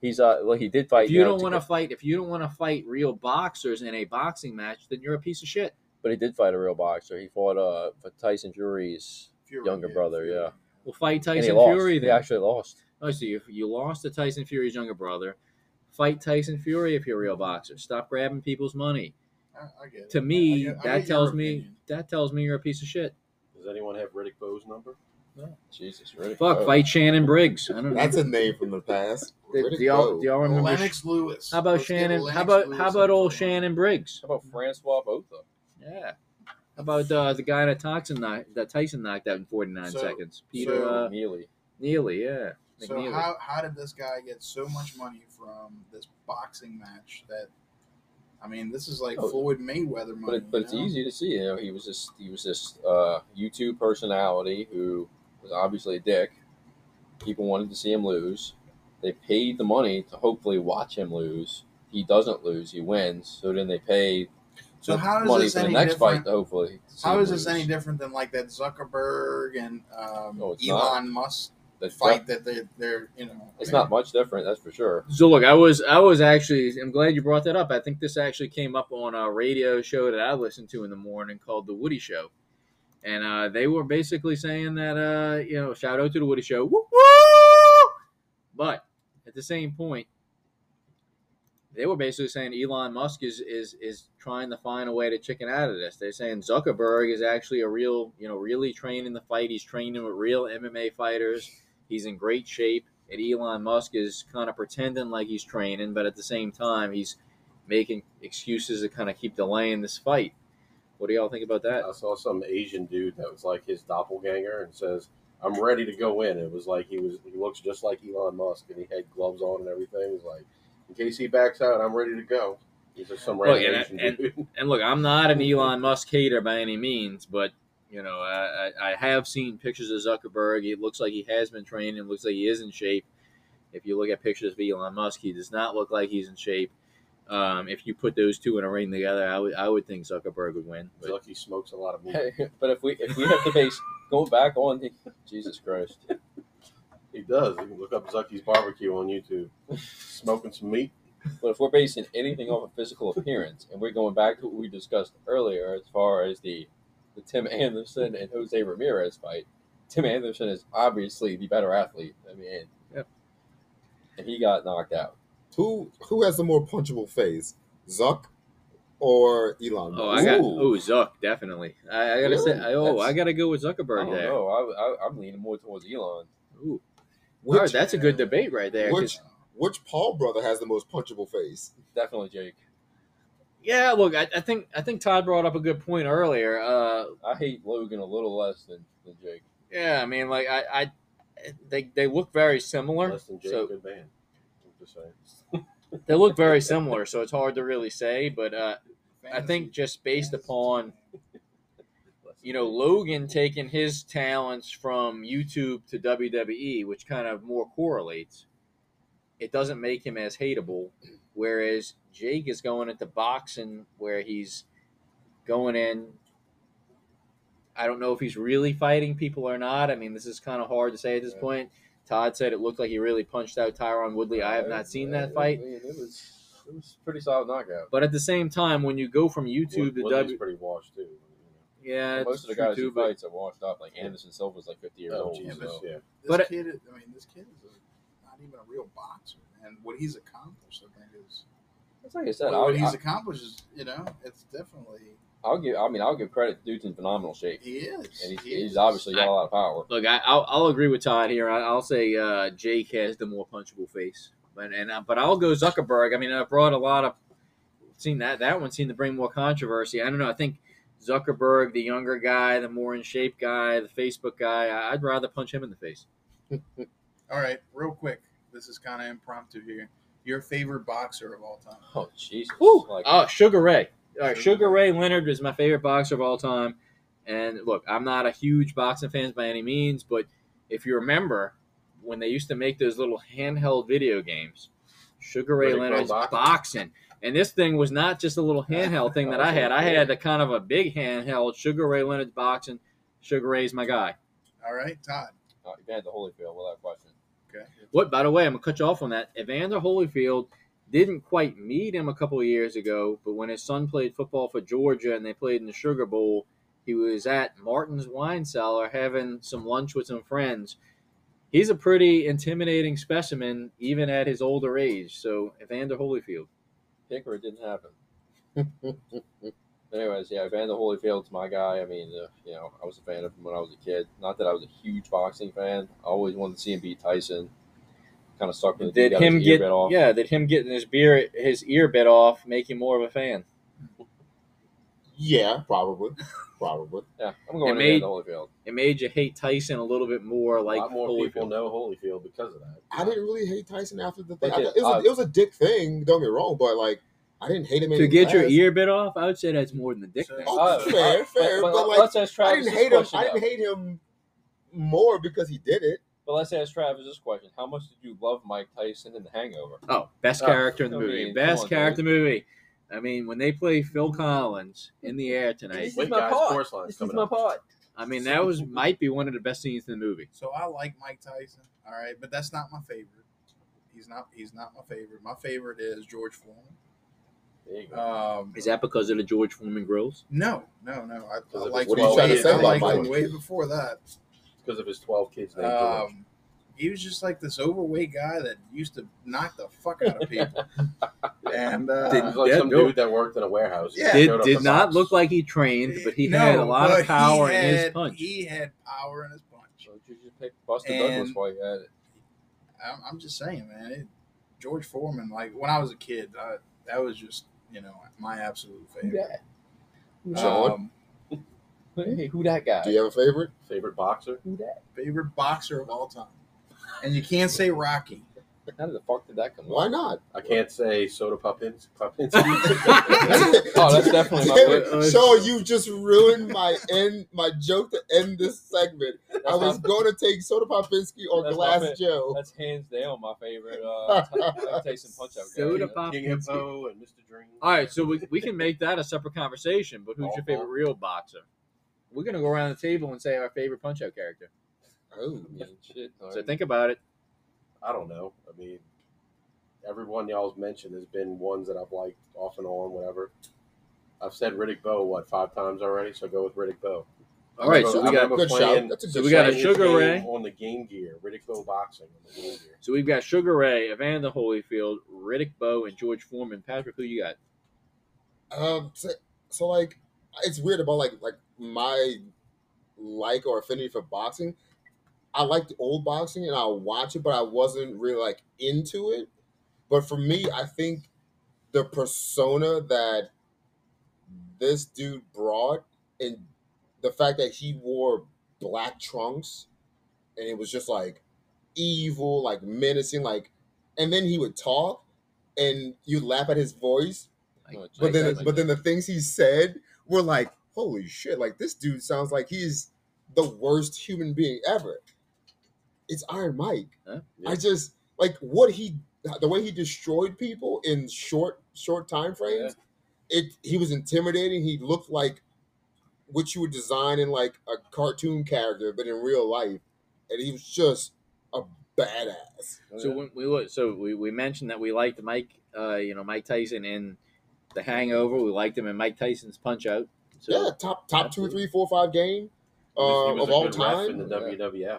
[SPEAKER 1] he's uh, well, he did fight.
[SPEAKER 5] If you
[SPEAKER 1] now
[SPEAKER 5] don't
[SPEAKER 1] to
[SPEAKER 5] want
[SPEAKER 1] get-
[SPEAKER 5] to fight, if you don't want to fight real boxers in a boxing match, then you're a piece of shit.
[SPEAKER 1] but he did fight a real boxer. He fought uh for Tyson Fury's.
[SPEAKER 3] Fury,
[SPEAKER 1] Younger brother, yeah.
[SPEAKER 5] Well, fight
[SPEAKER 1] and
[SPEAKER 5] Tyson
[SPEAKER 1] he lost.
[SPEAKER 5] Fury.
[SPEAKER 1] He
[SPEAKER 5] Then.
[SPEAKER 1] actually lost.
[SPEAKER 5] Oh, so you, you lost to Tyson Fury's younger brother. Fight Tyson Fury if you're a real boxer. Stop grabbing people's money.
[SPEAKER 3] I, I get it.
[SPEAKER 5] To
[SPEAKER 3] I- I
[SPEAKER 5] me,
[SPEAKER 3] get- I get
[SPEAKER 5] that
[SPEAKER 3] your
[SPEAKER 5] tells me
[SPEAKER 3] opinion.
[SPEAKER 5] that tells me you're a piece of shit.
[SPEAKER 2] Does anyone have Riddick Bowe's number?
[SPEAKER 1] Jesus, really?
[SPEAKER 5] Fuck,
[SPEAKER 4] Oh.
[SPEAKER 5] fight Shannon Briggs. I don't know.
[SPEAKER 4] That's a name from the past.
[SPEAKER 5] Do
[SPEAKER 4] Where'd it
[SPEAKER 5] y'all,
[SPEAKER 4] go?
[SPEAKER 5] do y'all remember?
[SPEAKER 3] Lennox Lewis.
[SPEAKER 5] how about
[SPEAKER 3] Let's get
[SPEAKER 5] Shannon?
[SPEAKER 3] Lennox
[SPEAKER 5] How about
[SPEAKER 3] Lewis
[SPEAKER 5] how
[SPEAKER 3] on
[SPEAKER 5] about
[SPEAKER 3] the
[SPEAKER 5] old
[SPEAKER 3] phone.
[SPEAKER 5] Shannon Briggs?
[SPEAKER 1] How about Francois Botha?
[SPEAKER 5] Yeah. How about uh, the guy that Tyson knocked, that Tyson knocked out in 49
[SPEAKER 3] So-
[SPEAKER 5] seconds? Peter
[SPEAKER 3] so-
[SPEAKER 5] uh,
[SPEAKER 1] Neely.
[SPEAKER 5] Neely, yeah.
[SPEAKER 3] So
[SPEAKER 5] McNeely.
[SPEAKER 3] how, how did this guy get so much money from this boxing match that I mean this is like
[SPEAKER 1] Oh,
[SPEAKER 3] Floyd Mayweather money.
[SPEAKER 1] But, it, but
[SPEAKER 3] you
[SPEAKER 1] it's
[SPEAKER 3] know?
[SPEAKER 1] easy to see. You know, he was this he was this uh, YouTube personality who was obviously a dick. People wanted to see him lose. They paid the money to hopefully watch him lose. He doesn't lose. He wins. So then they pay
[SPEAKER 3] So
[SPEAKER 1] the
[SPEAKER 3] how is
[SPEAKER 1] money
[SPEAKER 3] this
[SPEAKER 1] for the
[SPEAKER 3] any
[SPEAKER 1] next
[SPEAKER 3] different?
[SPEAKER 1] fight to hopefully. to see
[SPEAKER 3] How
[SPEAKER 1] him
[SPEAKER 3] is this
[SPEAKER 1] lose.
[SPEAKER 3] any different than like that Zuckerberg and um,
[SPEAKER 1] No, it's not.
[SPEAKER 3] Elon Musk
[SPEAKER 1] That's not-
[SPEAKER 3] fight that they they're you know
[SPEAKER 1] It's not much different. That's for sure.
[SPEAKER 5] So look, I was I was actually I'm glad you brought that up. I think this actually came up on a radio show that I listened to in the morning called The Woody Show, and uh, they were basically saying that uh, you know shout out to The Woody Show, woo woo, but at the same point, they were basically saying Elon Musk is is is trying to find a way to chicken out of this. They're saying Zuckerberg is actually a real you know really trained in the fight. He's training with real MMA fighters. He's in great shape. And Elon Musk is kind of pretending like he's training, but at the same time, he's making excuses to kind of keep delaying this fight. What do y'all think about that?
[SPEAKER 2] I saw some Asian dude that was like his doppelganger and says, "I'm ready to go in." It was like he was he looks just like Elon Musk and he had gloves on and everything. He was like, "In case he backs out, I'm ready to go." He's just some
[SPEAKER 5] Look,
[SPEAKER 2] random
[SPEAKER 5] and-
[SPEAKER 2] Asian
[SPEAKER 5] and-
[SPEAKER 2] dude.
[SPEAKER 5] and look, I'm not an Elon Musk hater by any means, but you know, I, I, I have seen pictures of Zuckerberg. It looks like he has been training. It looks like he is in shape. If you look at pictures of Elon Musk, he does not look like he's in shape. Um, if you put those two in a ring together, I would I would think Zuckerberg would win.
[SPEAKER 2] He's
[SPEAKER 5] But
[SPEAKER 2] lucky he smokes a lot of weed.
[SPEAKER 1] but if we if we have to base going back on the, Jesus Christ,
[SPEAKER 2] He does. You can look up Zucky's barbecue on YouTube. Smoking some meat.
[SPEAKER 1] But if we're basing anything off of physical appearance, and we're going back to what we discussed earlier as far as the, the Tim Anderson and Jose Ramirez fight, Tim Anderson is obviously the better athlete. I mean,
[SPEAKER 5] Yep.
[SPEAKER 1] and he got knocked out.
[SPEAKER 4] Who who has the more punchable face, Zuck or Elon?
[SPEAKER 5] oh, I got
[SPEAKER 4] Ooh.
[SPEAKER 5] oh Zuck definitely. I, I gotta say,
[SPEAKER 1] Ooh,
[SPEAKER 5] I, oh,
[SPEAKER 1] that's-
[SPEAKER 5] I gotta go with
[SPEAKER 1] I
[SPEAKER 5] Zuckerberg
[SPEAKER 1] don't
[SPEAKER 5] there.
[SPEAKER 1] know. I, I, I'm leaning more towards Elon.
[SPEAKER 5] Ooh,
[SPEAKER 4] Which-
[SPEAKER 5] All right, that's a good debate right there. 'cause-
[SPEAKER 4] Which which Paul brother has the most punchable face?
[SPEAKER 1] Definitely Jake.
[SPEAKER 5] Yeah, look, I, I think I think Todd brought up a good point earlier. Uh,
[SPEAKER 1] I hate Logan a little less than, than Jake.
[SPEAKER 5] yeah, I mean, like I, I they they look very similar.
[SPEAKER 2] Less than Jake,
[SPEAKER 5] So-
[SPEAKER 2] good band. I'm just saying.
[SPEAKER 5] They look very similar, so it's hard to really say. But uh, I
[SPEAKER 3] Fantasy.
[SPEAKER 5] think just based upon you know Logan taking his talents from YouTube to WWE, which kind of more correlates, it doesn't make him as hateable. Whereas Jake is going into boxing, where he's going in. I don't know if he's really fighting people or not. I mean, this is kind of hard to say at this
[SPEAKER 1] Yeah.
[SPEAKER 5] point. Todd said it looked like he really punched out Tyron Woodley. I have not seen that fight.
[SPEAKER 1] It, was it was a pretty solid knockout.
[SPEAKER 5] But at the same time, when you go from YouTube to
[SPEAKER 2] Wood- Woodley's
[SPEAKER 5] W,
[SPEAKER 2] pretty washed too.
[SPEAKER 5] yeah,
[SPEAKER 1] Most of the
[SPEAKER 5] it's true
[SPEAKER 1] guys
[SPEAKER 5] too,
[SPEAKER 1] who
[SPEAKER 5] but
[SPEAKER 1] fights are washed up. Like Anderson Silva's like fifty years
[SPEAKER 2] Oh
[SPEAKER 1] old.
[SPEAKER 2] Jesus!
[SPEAKER 1] so-
[SPEAKER 2] Yeah,
[SPEAKER 3] This
[SPEAKER 5] But-
[SPEAKER 3] kid, is- I mean, this kid is not even a real boxer, and what he's accomplished, I think, is
[SPEAKER 1] That's like I said.
[SPEAKER 3] what
[SPEAKER 1] I'll,
[SPEAKER 3] he's
[SPEAKER 1] I,
[SPEAKER 3] accomplished is you know, it's definitely
[SPEAKER 1] I'll give. I mean, I'll give credit. Dude's in phenomenal shape,
[SPEAKER 3] he is.
[SPEAKER 1] and he's,
[SPEAKER 3] He
[SPEAKER 1] he's
[SPEAKER 3] is.
[SPEAKER 1] obviously got a lot of power.
[SPEAKER 5] look, I, I'll, I'll agree with Todd here. I, I'll say uh, Jake has the more punchable face, but and uh, but I'll go Zuckerberg. I mean, I brought a lot of seen that that one seemed to bring more controversy. I don't know. I think Zuckerberg, the younger guy, the more in shape guy, the Facebook guy, I, I'd rather punch him in the face.
[SPEAKER 3] All right, real quick. This is kind of impromptu here. Your favorite boxer of all time?
[SPEAKER 1] Oh Jesus! Like
[SPEAKER 5] oh, Sugar Ray. All right,
[SPEAKER 3] Sugar
[SPEAKER 5] Sugar Ray Leonard is my favorite boxer of all time. And look, I'm not a huge boxing fan by any means, but if you remember when they used to make those little handheld video games, Sugar Ray
[SPEAKER 2] Really pro
[SPEAKER 5] Leonard's
[SPEAKER 2] boxing?
[SPEAKER 5] boxing. And this thing was not just a little handheld thing that I had. I had a kind of a big handheld Sugar Ray Leonard's boxing. Sugar Ray's my guy.
[SPEAKER 3] All right, Todd.
[SPEAKER 1] uh, you had the Holyfield without question.
[SPEAKER 5] What, by the way, I'm gonna cut you off on that. Evander Holyfield didn't quite meet him a couple of years ago, but when his son played football for Georgia and they played in the Sugar Bowl, he was at Martin's Wine Cellar having some lunch with some friends. He's a pretty intimidating specimen, even at his older age. So Evander Holyfield.
[SPEAKER 1] Pick or it didn't happen. Anyways, yeah, Evander Holyfield's my guy. I mean, uh, you know, I was a fan of him when I was a kid. Not that I was a huge boxing fan. I always wanted to see him beat Tyson. Kind of stuck with it.
[SPEAKER 5] Did
[SPEAKER 1] He got his
[SPEAKER 5] him
[SPEAKER 1] ear
[SPEAKER 5] get
[SPEAKER 1] bit off.
[SPEAKER 5] yeah? Did him getting his beer his ear bit off make him more of a fan?
[SPEAKER 4] Yeah, probably, probably.
[SPEAKER 1] Yeah, I'm going
[SPEAKER 5] It
[SPEAKER 1] to
[SPEAKER 5] made-
[SPEAKER 1] Evander Holyfield.
[SPEAKER 5] It made you hate Tyson a little bit more,
[SPEAKER 2] a
[SPEAKER 5] like
[SPEAKER 2] lot more
[SPEAKER 5] Holyfield.
[SPEAKER 2] people know Holyfield because of that.
[SPEAKER 4] I didn't really hate Tyson after the thing.
[SPEAKER 1] Me
[SPEAKER 4] I
[SPEAKER 1] too.
[SPEAKER 4] thought- it, was
[SPEAKER 1] Uh,
[SPEAKER 4] a, it was a dick thing. Don't get me wrong, but like I didn't hate him.
[SPEAKER 5] to
[SPEAKER 4] any
[SPEAKER 5] get your
[SPEAKER 4] less.
[SPEAKER 5] ear bit off, I would say that's more than the dick
[SPEAKER 3] So-
[SPEAKER 5] thing.
[SPEAKER 4] Oh,
[SPEAKER 1] Uh,
[SPEAKER 4] fair, fair, but, like,
[SPEAKER 1] let's ask
[SPEAKER 4] I
[SPEAKER 1] Travis
[SPEAKER 4] didn't
[SPEAKER 1] this
[SPEAKER 4] hate him.
[SPEAKER 1] question,
[SPEAKER 4] I didn't
[SPEAKER 1] though.
[SPEAKER 4] hate him more because he did it.
[SPEAKER 1] But let's ask Travis this question: How much did you love Mike Tyson in The Hangover?
[SPEAKER 5] Oh, best
[SPEAKER 1] Oh,
[SPEAKER 5] character in the
[SPEAKER 1] I
[SPEAKER 5] movie.
[SPEAKER 1] mean,
[SPEAKER 5] best
[SPEAKER 1] come on,
[SPEAKER 5] character in the movie. I mean, when they play Phil Collins in the air tonight,
[SPEAKER 1] This is
[SPEAKER 2] Wait,
[SPEAKER 1] my
[SPEAKER 2] guys,
[SPEAKER 1] part.
[SPEAKER 2] chorus line's coming up.
[SPEAKER 1] part.
[SPEAKER 5] I mean that was might be one of the best scenes in the movie.
[SPEAKER 3] So I like Mike Tyson. All right, but that's not my favorite. He's not. He's not my favorite. My favorite is George Foreman.
[SPEAKER 2] There you go.
[SPEAKER 3] Um,
[SPEAKER 5] Is that because of the George Foreman grills?
[SPEAKER 3] No, no, no. I, I
[SPEAKER 2] What
[SPEAKER 3] like
[SPEAKER 2] are you trying to say
[SPEAKER 3] I
[SPEAKER 2] about
[SPEAKER 3] liked
[SPEAKER 2] Mike?
[SPEAKER 3] him way before that.
[SPEAKER 2] because of his 12 kids named George.
[SPEAKER 3] Um, he was just like this overweight guy that used to knock the fuck out of people. and uh,
[SPEAKER 2] It was like
[SPEAKER 5] Dead
[SPEAKER 2] some
[SPEAKER 5] dope.
[SPEAKER 2] dude that worked in a warehouse.
[SPEAKER 3] Yeah.
[SPEAKER 2] He
[SPEAKER 5] Did
[SPEAKER 2] showed up
[SPEAKER 5] did
[SPEAKER 2] to
[SPEAKER 5] not
[SPEAKER 2] box.
[SPEAKER 5] look like he trained, but he
[SPEAKER 3] no,
[SPEAKER 5] had a lot
[SPEAKER 3] but
[SPEAKER 5] of
[SPEAKER 3] he
[SPEAKER 5] power in his
[SPEAKER 3] had-
[SPEAKER 5] punch.
[SPEAKER 3] He had power in his punch.
[SPEAKER 1] So you just pick Buster
[SPEAKER 3] And-
[SPEAKER 1] Douglas while you had it.
[SPEAKER 3] I'm, I'm just saying, man. It, George Foreman, like when I was a kid, I, that was just you know my absolute favorite.
[SPEAKER 4] John,
[SPEAKER 3] Um,
[SPEAKER 1] Hey, who that guy?
[SPEAKER 4] do you have a favorite?
[SPEAKER 2] Favorite boxer?
[SPEAKER 1] Who that?
[SPEAKER 3] favorite boxer of all time, and you can't say Rocky.
[SPEAKER 1] How the fuck did that come?
[SPEAKER 4] Why
[SPEAKER 1] up?
[SPEAKER 4] not?
[SPEAKER 2] I can't say Soda Puppins. Puppins.
[SPEAKER 1] Oh, that's definitely my
[SPEAKER 4] Damn
[SPEAKER 1] favorite.
[SPEAKER 4] it, Shaw, you just ruined my end, my joke to end this segment.
[SPEAKER 1] That's
[SPEAKER 4] I was
[SPEAKER 1] not-
[SPEAKER 4] going to take Soda Popinski or
[SPEAKER 1] That's
[SPEAKER 4] Glass
[SPEAKER 1] not fair.
[SPEAKER 4] Joe.
[SPEAKER 1] That's hands down my favorite uh, Mike Tyson punch out.
[SPEAKER 5] Soda
[SPEAKER 1] guy.
[SPEAKER 5] pop.
[SPEAKER 2] King Hippo and Mr. Dream.
[SPEAKER 5] All right, so we, we can make that a separate conversation. But who's your
[SPEAKER 1] Uh-huh.
[SPEAKER 5] favorite real boxer? We're gonna go around the table and say our favorite punch out character.
[SPEAKER 4] Oh,
[SPEAKER 1] I mean, shit,
[SPEAKER 5] So
[SPEAKER 1] alright.
[SPEAKER 5] think about it.
[SPEAKER 2] I don't know. I mean, everyone y'all's mentioned has been ones that I've liked off and on, whatever. I've said Riddick Bowe, what, five times already? So go with Riddick Bowe.
[SPEAKER 5] All right,
[SPEAKER 2] I
[SPEAKER 5] so we
[SPEAKER 2] remember-
[SPEAKER 5] got
[SPEAKER 2] I remember
[SPEAKER 4] good shout.
[SPEAKER 2] playing-
[SPEAKER 4] That's a good
[SPEAKER 5] so we got a
[SPEAKER 4] shout.
[SPEAKER 2] playing his
[SPEAKER 5] Sugar
[SPEAKER 2] game
[SPEAKER 5] Ray.
[SPEAKER 2] On the Game Gear, Riddick Bowe boxing on the Game Gear.
[SPEAKER 5] So we've got Sugar Ray, Evander Holyfield, Riddick Bowe, and George Foreman. Patrick, who you got?
[SPEAKER 4] Um, so, so like, it's weird about like like my like or affinity for boxing. I liked old boxing and I watch it, but I wasn't really like into it. But for me, I think the persona that this dude broad and the fact that he wore black trunks and it was just like evil, like menacing, like, and then he would talk and you laugh at his voice, but then but then the things he said were like, holy shit! Like this dude sounds like he's the worst human being ever. It's Iron Mike.
[SPEAKER 5] Huh?
[SPEAKER 2] Yeah.
[SPEAKER 4] I just like what he the way he destroyed people in short short time frames. It he was intimidating. He looked like what you would design in like a cartoon character, but in real life, and he was just a badass.
[SPEAKER 5] So when we look, so we, we mentioned that we liked Mike, uh, you know, Mike Tyson in The Hangover. We liked him in Mike Tyson's Punch Out. So
[SPEAKER 4] yeah, top top two,
[SPEAKER 5] absolutely.
[SPEAKER 4] three, four, five game
[SPEAKER 2] He was- he
[SPEAKER 4] um,
[SPEAKER 2] was
[SPEAKER 4] of
[SPEAKER 2] a
[SPEAKER 4] all
[SPEAKER 2] good ref in
[SPEAKER 4] time.
[SPEAKER 2] the WWF.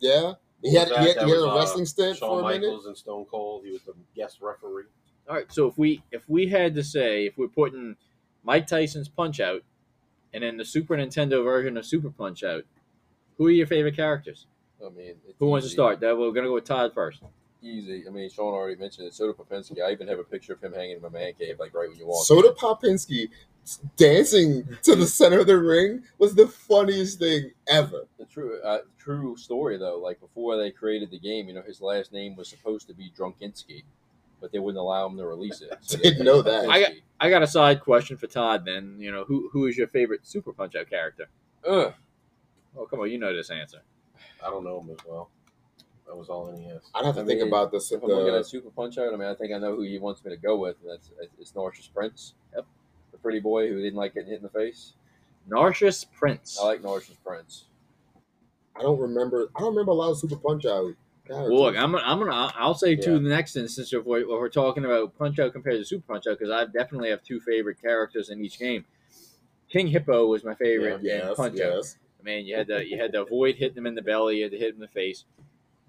[SPEAKER 4] Yeah, he
[SPEAKER 2] Who was that?
[SPEAKER 4] had he had,
[SPEAKER 2] That
[SPEAKER 4] he had
[SPEAKER 2] was,
[SPEAKER 4] a
[SPEAKER 2] uh,
[SPEAKER 4] wrestling stint for
[SPEAKER 2] Shawn
[SPEAKER 4] a minute.
[SPEAKER 2] Michaels and Stone Cold. He was the guest referee.
[SPEAKER 5] all right. So if we if we had to say if we're putting Mike Tyson's Punch Out and then the Super Nintendo version of Super Punch Out, who are your favorite characters?
[SPEAKER 1] I mean, it's
[SPEAKER 5] Who wants to
[SPEAKER 1] easy-
[SPEAKER 5] start? That we're gonna go with Todd first.
[SPEAKER 1] Easy. I mean, Sean already mentioned it. Soda Popinski. I even have a picture of him hanging in my man cave, like right when you walk.
[SPEAKER 4] Soda Popinski dancing to the center of the ring was the funniest thing ever.
[SPEAKER 1] the true uh, true story though like before they created the game you know his last name was supposed to be drunkinski but they wouldn't allow him to release it so they
[SPEAKER 4] Didn't know
[SPEAKER 1] picked
[SPEAKER 4] that.
[SPEAKER 5] I got-
[SPEAKER 1] Popinski.
[SPEAKER 5] I got a side question for Todd. Then you know who who is your favorite Super Punch Out character?
[SPEAKER 1] Ugh.
[SPEAKER 5] Oh come on, you know this answer.
[SPEAKER 2] I don't know him as well. That was all NES.
[SPEAKER 4] I'd have to
[SPEAKER 1] I
[SPEAKER 4] think
[SPEAKER 1] mean,
[SPEAKER 4] about this.
[SPEAKER 1] if i'm looking at
[SPEAKER 4] The,
[SPEAKER 1] super punch out i mean i think i know who he wants me to go with and that's it's Norris prince
[SPEAKER 5] Yep.
[SPEAKER 1] the pretty boy who didn't like getting hit in the face
[SPEAKER 5] Narcious Prince.
[SPEAKER 1] i like Norris prince
[SPEAKER 4] I don't remember. I don't remember a lot of Super Punch Out. characters.
[SPEAKER 5] Well, look, I'm gonna, I'm gonna, I'll- I'll say two
[SPEAKER 2] Yeah.
[SPEAKER 5] in the next instance if we're, if we're talking about Punch Out compared to Super Punch Out because I definitely have two favorite characters in each game. King Hippo was my favorite in
[SPEAKER 4] yes,
[SPEAKER 5] Punch Out.
[SPEAKER 4] yes.
[SPEAKER 5] I mean, you had to, you had to avoid hitting him in the belly, you had to hit him in the face,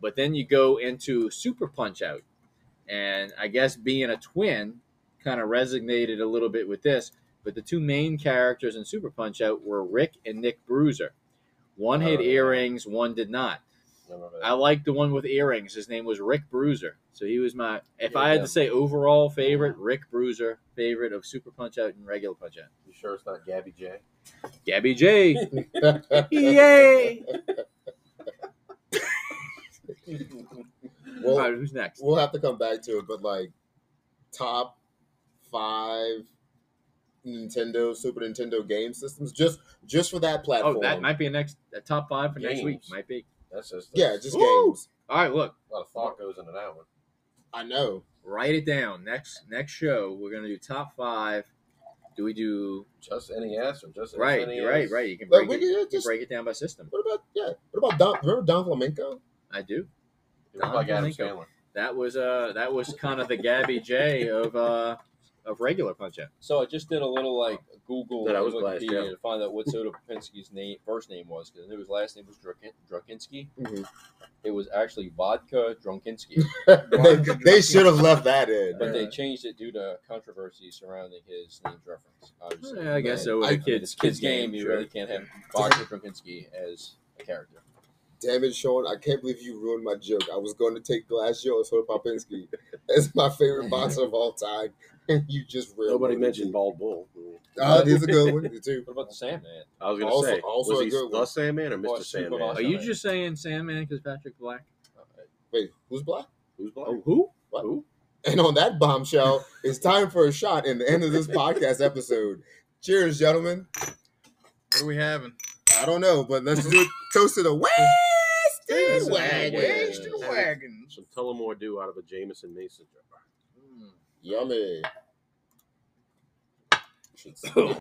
[SPEAKER 5] but then you go into Super Punch Out, and I guess being a twin kind of resonated a little bit with this. But the two main characters in Super Punch Out were Rick and Nick Bruiser. One had
[SPEAKER 2] Oh, yeah.
[SPEAKER 5] earrings, one did not.
[SPEAKER 2] I remember that.
[SPEAKER 5] I liked the one with earrings. His name was Rick Bruiser. So he was my, if
[SPEAKER 2] Yeah,
[SPEAKER 5] I had
[SPEAKER 2] yeah.
[SPEAKER 5] to say overall favorite, Rick Bruiser, favorite of Super Punch Out and regular Punch Out.
[SPEAKER 2] you sure it's not Gabby J?
[SPEAKER 5] Gabby J.
[SPEAKER 4] Yay!
[SPEAKER 5] All
[SPEAKER 4] well,
[SPEAKER 5] right, who's next?
[SPEAKER 4] we'll have to come back to it, but like top five Nintendo Super Nintendo game systems, just just for that platform.
[SPEAKER 5] Oh, that might be a next a top five for next week.
[SPEAKER 2] Games.
[SPEAKER 5] Might be.
[SPEAKER 2] That's just
[SPEAKER 4] yeah, just
[SPEAKER 5] Woo!
[SPEAKER 4] games.
[SPEAKER 5] All right, look,
[SPEAKER 2] a lot of thought goes into that one.
[SPEAKER 4] I know.
[SPEAKER 5] write it down. Next next show, we're gonna do top five. Do we do
[SPEAKER 2] Just NES or just E
[SPEAKER 5] right?
[SPEAKER 2] NES?
[SPEAKER 5] Right, right. You can
[SPEAKER 4] Like,
[SPEAKER 5] break
[SPEAKER 4] we
[SPEAKER 5] it. You
[SPEAKER 4] could
[SPEAKER 5] can
[SPEAKER 4] just
[SPEAKER 5] break it down by system.
[SPEAKER 4] what about yeah? What about Don? Remember Don Flamenco?
[SPEAKER 5] I do.
[SPEAKER 2] It looked like Adam
[SPEAKER 5] Lincoln.
[SPEAKER 2] Sandler.
[SPEAKER 5] That was uh that was kind of the Gabby J of uh of regular Punch Out.
[SPEAKER 1] so i just did a little like google
[SPEAKER 2] No, that
[SPEAKER 1] and
[SPEAKER 2] was last
[SPEAKER 1] Wikipedia
[SPEAKER 2] year.
[SPEAKER 1] to find out what soda popinski's name first name was because i knew his last name was Drunkin- drunkinski
[SPEAKER 5] Mm-hmm.
[SPEAKER 4] Mhm.
[SPEAKER 1] it was actually vodka drunkinski
[SPEAKER 4] they they should have left that in.
[SPEAKER 1] But they changed it due to controversy surrounding his name's reference. Obviously,
[SPEAKER 5] Yeah, I guess
[SPEAKER 4] I-
[SPEAKER 5] so. With
[SPEAKER 4] I
[SPEAKER 5] the
[SPEAKER 4] mean,
[SPEAKER 5] kids,
[SPEAKER 1] It's kids' game. You
[SPEAKER 5] sure.
[SPEAKER 1] really can't have Boxer Drunkinski as a character.
[SPEAKER 4] Damn it, Sean! I can't believe you ruined my joke. I was going to take Glass Joe and Soda Popinski as my favorite boxer of all time, and you just ruined
[SPEAKER 2] Nobody
[SPEAKER 4] it.
[SPEAKER 2] mentioned Bald Bull.
[SPEAKER 4] Oh, there's a good one too.
[SPEAKER 1] What about the Sandman?
[SPEAKER 2] I was
[SPEAKER 4] gonna
[SPEAKER 2] gonna
[SPEAKER 4] Also- say,
[SPEAKER 2] say,
[SPEAKER 4] also was
[SPEAKER 2] was
[SPEAKER 4] a he
[SPEAKER 2] he
[SPEAKER 4] good the
[SPEAKER 2] the
[SPEAKER 4] one.
[SPEAKER 2] Sandman or
[SPEAKER 1] Or
[SPEAKER 2] Mr.
[SPEAKER 1] Mr. Superman?
[SPEAKER 2] Sandman?
[SPEAKER 1] Sandman?
[SPEAKER 5] Are you just saying Sandman because Patrick Black?
[SPEAKER 4] Wait, who's black?
[SPEAKER 2] who's black?
[SPEAKER 5] Oh, who?
[SPEAKER 4] What?
[SPEAKER 5] Who?
[SPEAKER 4] And on that bombshell, it's time for a shot in the end of this podcast episode. Cheers, gentlemen.
[SPEAKER 3] What are we having?
[SPEAKER 4] I don't know, but let's do it. Toast to the Western Wagon.
[SPEAKER 3] Wagons to wagons.
[SPEAKER 2] Some Tullamore Dew out of a Jameson
[SPEAKER 3] Hmm.
[SPEAKER 2] Mason jar.
[SPEAKER 4] Yummy. Should-